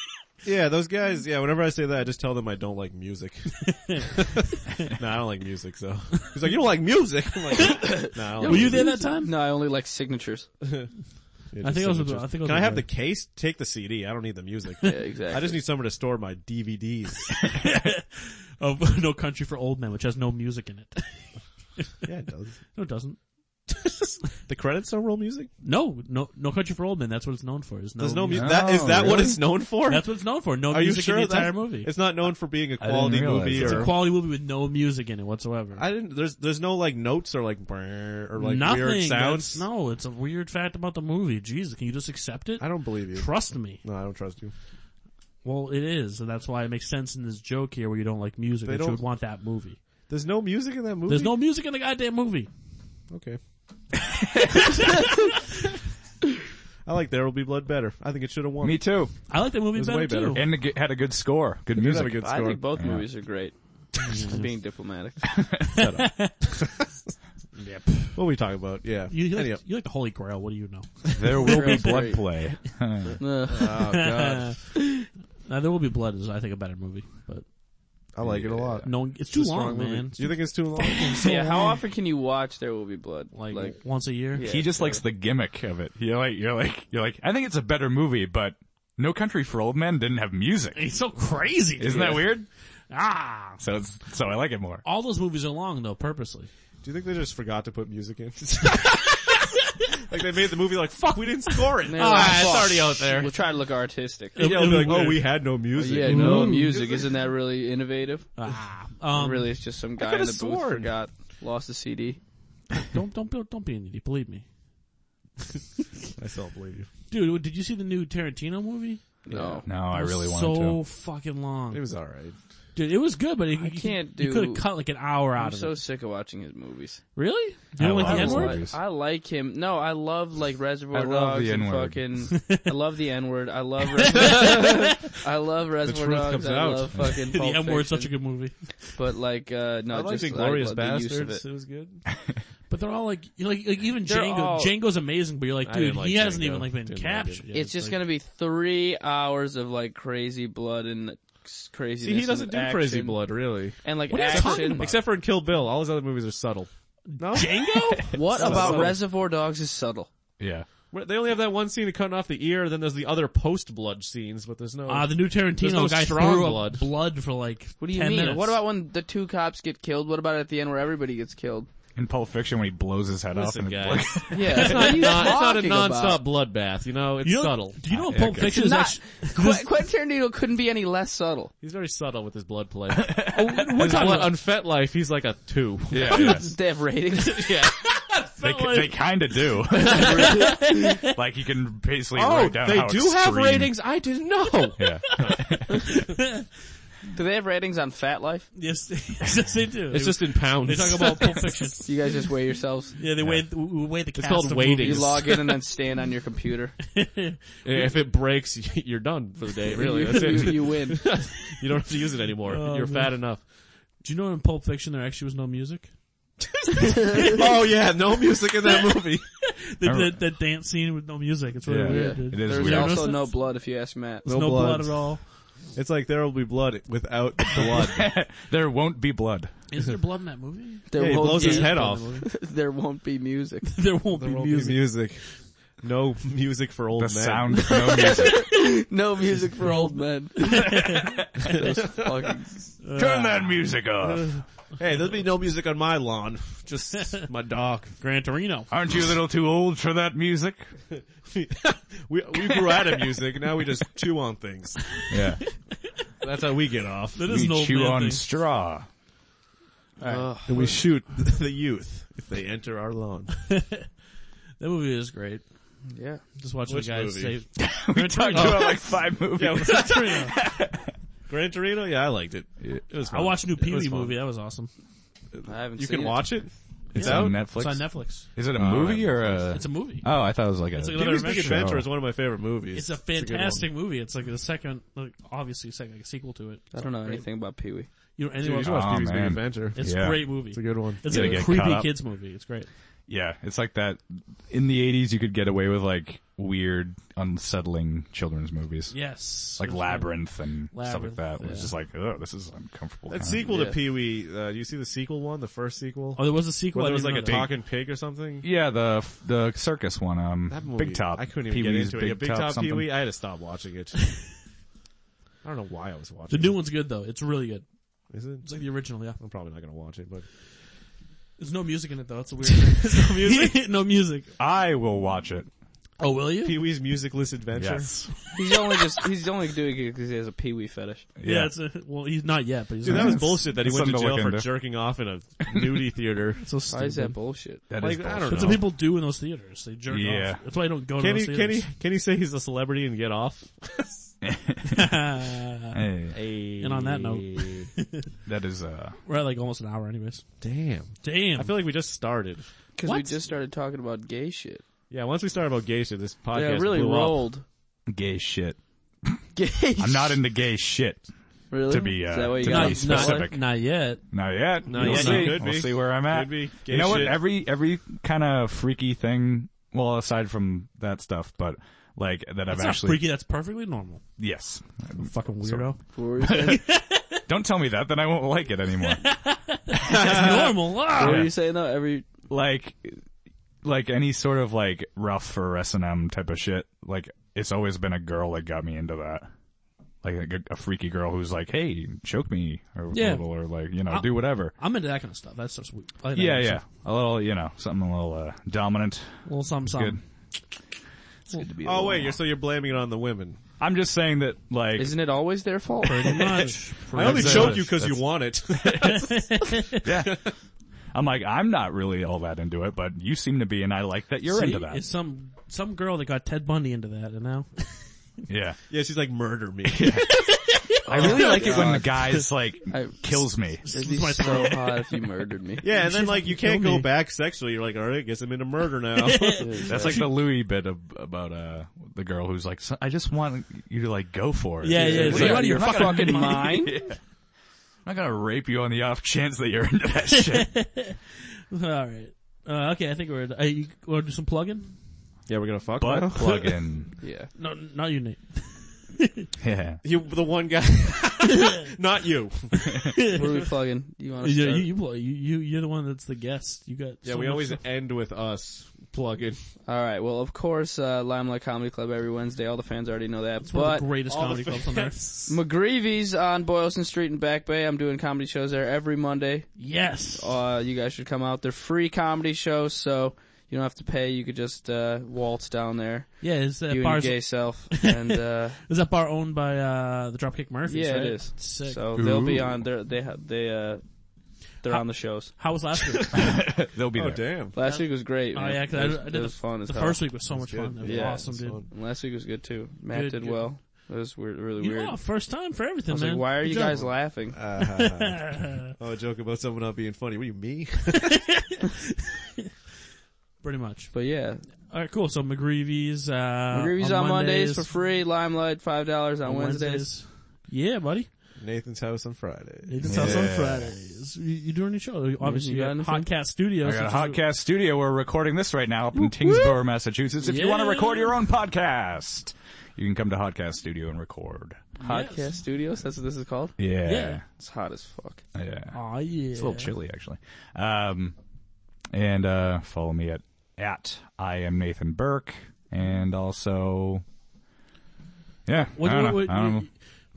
Yeah, those guys, yeah, whenever I say that, I just tell them I don't like music. no, I don't like music, so. He's like, you don't like music? I'm like, no, I don't were like you music. there that time? No, I only like signatures. Yeah, I think I was just- with- I think I was Can I with have her. the case? Take the CD. I don't need the music. Yeah, exactly. I just need somewhere to store my DVDs. Of No Country for Old Men, which has no music in it. yeah, it does. no, it doesn't. The credits are real music? No, no, no country for old men. That's what it's known for. Is no, There's no music. music. That, is that what really? it's known for? That's what it's known for. No are you music sure in the entire that- movie. It's It's not known for being a didn't quality realize movie that. a or. quality movie with no music in it whatsoever. I didn't, there's, there's no like notes or like brrr or like Nothing. weird That's- sounds. No, it's a weird fact about the movie. Jesus, can you just accept it? I don't believe you. Trust me. No, I don't trust you. Well, it is, and that's why it makes sense in this joke here where you don't like music. They that you don't- would want that movie. There's no music in that movie? There's no music in the goddamn movie. Okay. I like There Will Be Blood better. I think it should have won. Me too. I like that movie was better, way better. too. And it g- had a good score. Good It did music. have a good I score. think both Yeah. movies are great. Being diplomatic. What are we talking about? Yeah. You, you, Anyhow. like, you like the Holy Grail. What do you know? There will be Girls blood great. play. Uh, Oh god. now, there will be blood. Is I think a better movie, but I like it a lot. no, one- it's too It's a strong long, movie. man. It's Do you think it's too long? yeah, how often can you watch There Will Be Blood? like, once a year. yeah, he just likes the gimmick of it. You're like, you're like, you're like, I think it's a better movie, but No Country for Old Men didn't have music. It's so crazy. Isn't that weird? Ah, So it's, so I like it more. all those movies are long though, purposely. Do you think they just forgot to put music in? like they made the movie like, fuck, we didn't score it. They're Ah, like, it's "Fuck, already out there. We'll try to look artistic. yeah, It'll it'll be be like, weird. oh, we had no music. Yeah, no music. Isn't that really innovative? Ah, um, really, it's just some guy in coulda the booth sworn. forgot, lost the CD. don't don't be- don't be an idiot. Believe me, I still don't believe you. dude. Did you see the new Tarantino movie? No. No, I really so wanted So to. fucking It long, was alright. dude. It was good, but it, you, can't You do- could have cut like an hour out I'm of so it. sick of watching his movies. Really? You don't I like the love N it. word? Movies. I like him. No, I love like Reservoir I love Dogs the and N-word. fucking. I love the N word. I love. Res- I love Reservoir truth Dogs. comes I out. love fucking. The Pulp M word's Fiction. such a good movie. But like, uh, no, I liked just Inglorious I love the use of Bastards. it. It was good. But they're all like, you know, like, like even They're Django. all- Django's amazing, but you're like, I dude, didn't like he hasn't Django. even like been Didn't like captured. it. yet. It's just like, gonna be three hours of like crazy blood and s- craziness. See, he doesn't and do action. crazy blood, really. And like What are you talking action. about? Except for in Kill Bill, all his other movies are subtle. No, Django. What about subtle. Reservoir Dogs is subtle. Yeah. Where- they only have that one scene of cutting off the ear. Then there's the other post blood scenes, but there's no. Uh, the new Tarantino There's no guy strong threw up blood. blood for like What do you 10 mean? minutes. What about when the two cops get killed? What about at the end where everybody gets killed? In Pulp Fiction when he blows his head Listen, off and guys. it's Yeah, that's not, it's not, it's not a non-stop bloodbath. You know, it's you know, subtle. Do you know Pulp Fiction is Not, actually? Qu- Quentin Tarantino couldn't be any less subtle. He's very subtle with his blood play. Oh, we're his talking blood, about on Fet Life, he's like a two. yeah, yeah. They have ratings. They, Felt they like- kind of do. like you can basically Oh, write down they how do have extreme- ratings. I didn't know. Yeah. Do they have ratings on Fat Life? yes, yes, they do. It's They- just in pounds. they talk about Pulp Fiction. You guys just weigh yourselves. Yeah, they weigh we we weigh the cast. called of weighting. You movies. log in and then stand on your computer. if it breaks, you're done for the day. Really, you, that's you- it. you win. You don't have to use it anymore. Oh, you're fat enough. Do you know in Pulp Fiction there actually was no music? oh yeah, no music in that movie. The, the, the dance scene with no music. It's really Yeah. weird. Yeah. dude. It is There's weird. also no blood if you ask Matt. There's no, No blood. bloods. at all. It's like there will be blood without blood. there won't be blood. Is there blood in that movie? There, Yeah, he won't blows be, his head off. there won't be music. There won't be music. music. No music for Oh, old The men. sound of no music. No music for old men. Those fucking- Turn that music off. Hey, there'll be no music on my lawn. Just my dog. Gran Torino. Aren't you a little too old for that music? we we grew out of music. Now we just chew on things. Yeah. That's how we get off. That is an We old chew man on thing. straw. Ugh. And we shoot the youth if they enter our lawn. That movie is great. yeah. Just watching Which the guys movie? save. we talked about like five movies. Gran Torino. Gran Torino, yeah, I liked it. It was. I fun. watched a new It Pee was Wee fun. movie. That was awesome. I haven't You seen can it. watch it. It's out? on Netflix. It's on Netflix. Is it a Oh, movie yeah. or a? It's a movie. oh, I thought it was like a. It's like another Pee-wee's Big adventure. Adventure is one of my favorite movies. Ah, It's a good one. fantastic movie. It's like the second, like, obviously second, like a sequel to it. I don't know anything about Pee Wee. You know, Dude, anyone you should watch Oh, Pee-wee's Big man. Adventure. It's Yeah. a great movie. It's a good one. It's You like gotta a get creepy caught up. kids movie. It's great. yeah, it's like that. In the '80s, you could get away with like weird, unsettling children's movies, Yes. like It's Labyrinth and stuff like Labyrinth, that. It was yeah. just like, oh, this is uncomfortable. That kinda. sequel Yeah. to Pee Wee, uh, do you see the sequel one, the first sequel? Uh, Oh, there was a sequel. Where I there was didn't like a know that. talking pig or something? Yeah, the the circus one. Um, That movie, Big Top. I couldn't even Pee-wee's get into it. Yeah, Big Top, something. Pee Wee, I had to stop watching it. I don't know why I was The watching new one's good though. It's really good. it. Is it? It's like the original. Yeah. I'm probably not gonna watch it, but There's no music in it though. It's a weird. There's no music. no music. I will watch it. Oh, will you? Pee Wee's Musicless Adventure. Yes. He's only just, he's only doing it because he has a Pee Wee fetish. yeah. it's a, well, he's not yet, but he's. Dude, that gonna- was bullshit that he went to Something to jail look for into. jerking off in a nudie theater. so Why is that stupid. bullshit? That Like, is I bullshit. don't That's know. what people do in those theaters. They jerk Yeah. off. That's why I don't go to Can those he, can he, theaters. can he say he's a celebrity and get off? Hey, and on that note, that is uh. we're at like almost an hour, anyways. Damn. Damn. I feel like we just started. Because we What? just started talking about gay shit. Yeah, once we started about gay shit, this podcast yeah, it really blew up. rolled. Gay shit. Gay. I'm not into gay shit. really. to be, uh, Is that why you to got be him smaller? specific. not yet. Not yet. Not we'll yet. See. Could we'll be. see where I'm at. Could be. Gay you know what? shit. Every every kind of freaky thing. Well, aside from that stuff, but like that I've That's not actually freaky. That's perfectly normal. yes. Fucking weirdo. What were you saying? Don't tell me that, then I won't like it anymore. That's normal. Ah! what were Yeah. you saying though? Every like like any sort of like rough or S and M type of shit. Like it's always been a girl that got me into that. Like a, a freaky girl who's like, "Hey, choke me," or Yeah. little, or like you know, I- do whatever. I'm into that kind of stuff. That's so sweet. I like that Yeah, kind of yeah, stuff. a little, you know, something a little uh, dominant. A little something, Good. something. Oh wait, you're so you're blaming it on the women. I'm just saying that, like, Isn't it always their fault? Pretty much. I only That's- choke you because you that's- want it. I'm like, I'm not really all that into it, but you seem to be, and I like that you're See, into that. It's some some girl that got Ted Bundy into that, and now Yeah, yeah, she's like murder me. I really like it when the guys like I- kills me. It'd be so hot if you murdered me. Yeah, and then like you can't Kill go me. back sexually. You're like, all right, guess I'm into murder now. That's like the Louis bit of, about uh the girl who's like, "So- I just want you to like go for it. Yeah, yeah, It's it's like, like, out of your "You're not fucking gonna- mind." Yeah. I'm not gonna rape you on the off chance that you're into that shit. all right. Uh, okay, I think we're. Uh, you want to do some plugging? yeah, we're gonna fuck. Butt now? plug-in. Yeah. No, not you, Nate. Yeah. You, the one guy, not you. What are we plugging? You want to You, start? you, you, you, you're the one that's the guest. You got. Yeah, so we much always stuff. end with us plugging. All right. Well, of course, uh, Limelight Comedy Club every Wednesday. All the fans already know that. It's one but of the greatest all comedy the clubs on there. McGreevy's on Boylston Street in Back Bay. I'm doing comedy shows there every Monday. Yes. Uh, you guys should come out. They're free comedy shows, so you don't have to pay. You could just uh, waltz down there, yeah, is that you bar and your gay self. And uh, is that bar owned by uh the Dropkick Murphys? yeah, right? it is. Sick. So they'll be Ooh. on. They're, they ha- they uh, they're on the shows. How was last week? They'll be Oh there. damn. Last week was great. oh man. yeah, 'cause I, it was, I it did the, was fun as the hell. first week was so much fun. It was Yeah, awesome, it's dude. fun. And last week was good too. Matt Good, did good. well. It was weird, really You weird. know, first time for everything, I was man. like, why are Good you job. guys laughing? Uh, oh, a joke about someone not being funny. What do you mean? Pretty much. But yeah, All right, cool. So McGreevy's. Uh, McGreevy's on, Mondays, for free. Limelight five dollars on, Wednesdays. Yeah, buddy. Nathan's house on Friday. Nathan's Yeah. house on Fridays. You, you doing your show? Obviously, You you got got anything? Hotcast Studios. I got a which is- Hotcast studio. We're recording this right now up in Tingsboro, Massachusetts. If you want to Yeah. record your own podcast, you can come to Hotcast Studio and record. Podcast Yes. Studios. That's what this is called. Yeah. It's hot as fuck. Yeah. Aw, yeah. It's a little chilly actually. Um, and uh, follow me at at I am Nathan Burke, and also, yeah, What- I don't what- know. what- I don't know.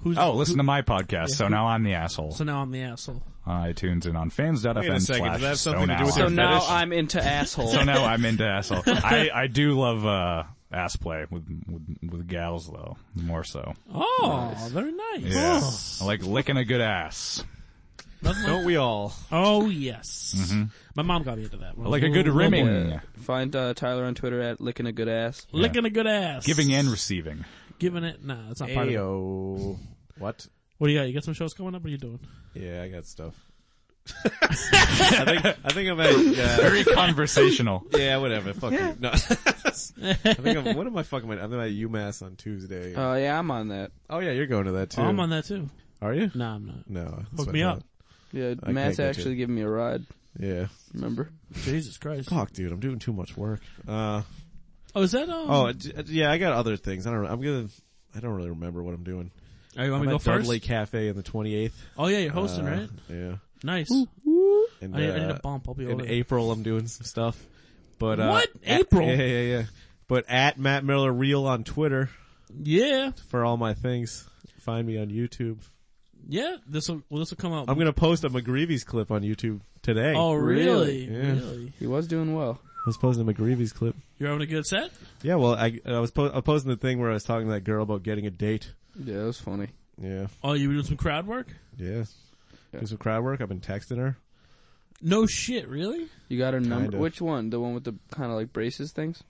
Who's, Oh, listen to my podcast. So now I'm the asshole So now I'm the asshole. on iTunes and on fans.fm. Wait a second, slash does that have so something to do now with I'm- So Fetish. now I'm into asshole. So now I'm into asshole. I, I do love uh, ass play with, with with gals though, more so. Oh, very nice. Oh. Yeah, I like licking a good ass. Don't we all? Oh, yes. Mm-hmm. My mom got me into that. When I like was a good little- rimming, Find uh, Tyler on Twitter at licking a good ass. Licking a good ass. giving and receiving. Giving it. Nah, that's not part of it. Ayo. What? What do you got? You got some shows coming up? What are you doing? Yeah, I got stuff. I think I think I'm at uh, Very conversational. yeah whatever fuck you no I think I'm, what am I fucking I'm at UMass on Tuesday Oh yeah, I'm on that. oh yeah you're going to that too Oh, I'm on that too. are you Nah, I'm not. no that's Hook what me I up. thought. Yeah, I can't Matt's get actually you. giving me a ride. yeah Remember? Jesus Christ. fuck dude I'm doing too much work uh Oh, is that, um, Oh, d- d- yeah, I got other things. I don't. I'm gonna. I don't really remember what I'm doing. oh, you want I'm me to go at first? Dudley Cafe on the 28th. Oh yeah, you're hosting, Uh, right? Yeah. Nice. And, I, need, I need uh, a bump. I'll be in over. there. April, I'm doing some stuff. But uh, What? at- April? yeah, yeah, yeah. But at Matt Miller Real on Twitter Yeah, for all my things. Find me on YouTube. yeah. This will well, this will come out. I'm gonna post a McGreevy's clip on YouTube today. oh really? Really? Yeah. Really? He was doing well. I was posting a McGreevy's clip. You're having a good set? Yeah, well, I I was, po- I was posting the thing where I was talking to that girl about getting a date. Yeah, that was funny. Yeah, Oh, you were doing some crowd work? yeah. Do some crowd work. I've been texting her. No shit, really? You got her number? Kinda. Which one? The one with the kind of like braces things?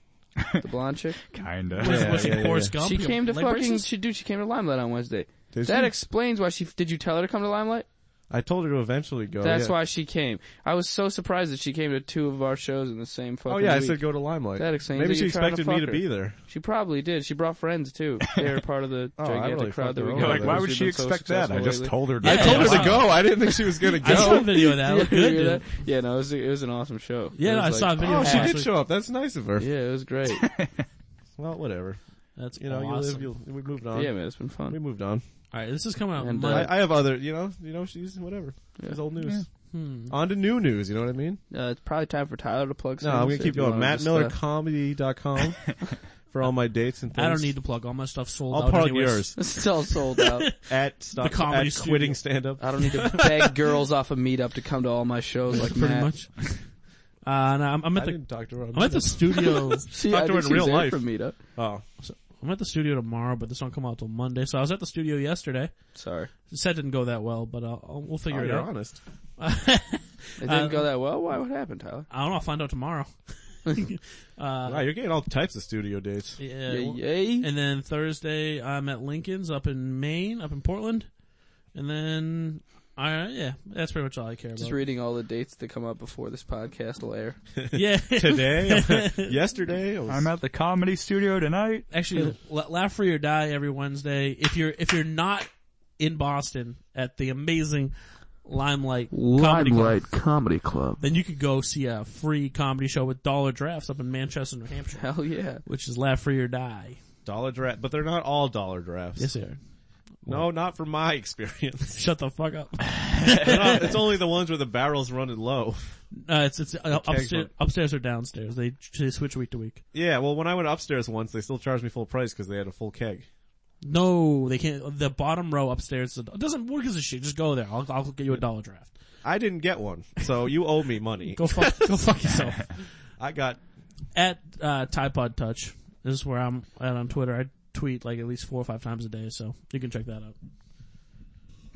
The blonde chick? Kinda. Was, Yeah, was she yeah, yeah, Forrest Gump? she You came to leg fucking. braces? She dude, she came to Limelight on Wednesday. Did that she? explains why she. Did you tell her to come to Limelight? I told her to eventually go. That's Oh, yeah. why she came. I was so surprised that she came to two of our shows in the same fucking. Oh yeah, I week. said go to Limelight. That explains Maybe that she you're trying to expected me fuck to her. be there. She probably did. She brought friends too. They were part of the Oh, I gigantic really crowd that fucked her we got. over like, Yeah, why that would She's she been expect so that? I just successful told her. I I to- told her wow. to go. I didn't think she was gonna I saw a go. video of that. It looked lately. good, You hear that? dude. Yeah, no, it was, it was an awesome show. Yeah, It I was saw a like- video. Oh, of she that. did show up. That's nice of her. Yeah, it was great. Well, whatever. That's You know, awesome. you live. You, we moved on. yeah, man, it's been We fun. moved on. All right, this is coming out. And, Monday. uh, I, I have other. You know. You know. She's whatever. She's old news. Hmm. On to new news. You know what I mean? Uh, it's probably time for Tyler to plug. No, some I'm gonna shit keep if you going. wanna Matt just, Miller uh, Comedy.com. for all my dates and things. uh, I don't need to plug all my stuff sold I'll out. plug anyways. yours It's all sold out. at stop, The comedy at studio. quitting stand up. I don't need to beg girls off of Meetup to come to all my shows like pretty Matt. much. Uh, no, I'm, I'm at I the didn't talk to her. on I'm at Twitter. the studio. She, Talk I to her think in she was real there life. for Meetup. Oh, I'm at the studio tomorrow, but this won't come out till Monday. So I was at the studio yesterday. Sorry, The set didn't go that well, but uh, I'll, I'll- we'll figure oh, it you're out. honest. it didn't go that well. Why? What happened, Tyler? I don't know. I'll find out tomorrow. uh, Wow, you're getting all types of studio dates. yeah. Yay! yay. And then Thursday, I'm at Lincoln's up in Maine, up in Portland. And then, I, yeah, that's pretty much all I care Just about. reading all the dates that come up before this podcast will air. yeah. Today, yesterday, I was- I'm at the comedy studio tonight. Actually, La- Laugh Free or Die every Wednesday. If you're, if you're not in Boston at the amazing Limelight Comedy Club, Comedy Club. then you could go see a free comedy show with Dollar Drafts up in Manchester, New Hampshire, Hell yeah! which is Laugh Free or Die. dollar draft, but they're not all dollar drafts. Yes, sir. No, not from my experience. Shut the fuck up. They're not- it's only the ones where the barrel's running low. Uh, it's it's uh, keg upstairs, one. upstairs or downstairs. They, they switch week to week. Yeah, well, when I went upstairs once, they still charged me full price because they had a full keg. No, they can't. The bottom row upstairs it doesn't work as a shit. Just go there. I'll, I'll get you a dollar draft. I didn't get one, so you owe me money. Go fuck, go fuck yourself. I got At uh, Pod Touch this is where I'm at on Twitter. I tweet like at least four or five times a day, so you can check that out.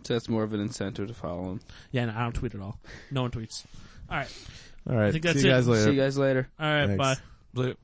So that's more of an incentive to follow him. Yeah, no, I don't tweet at all. No one tweets. All right, all right. think that's see you it. guys later. See you guys later. all right, Thanks. bye. Blue.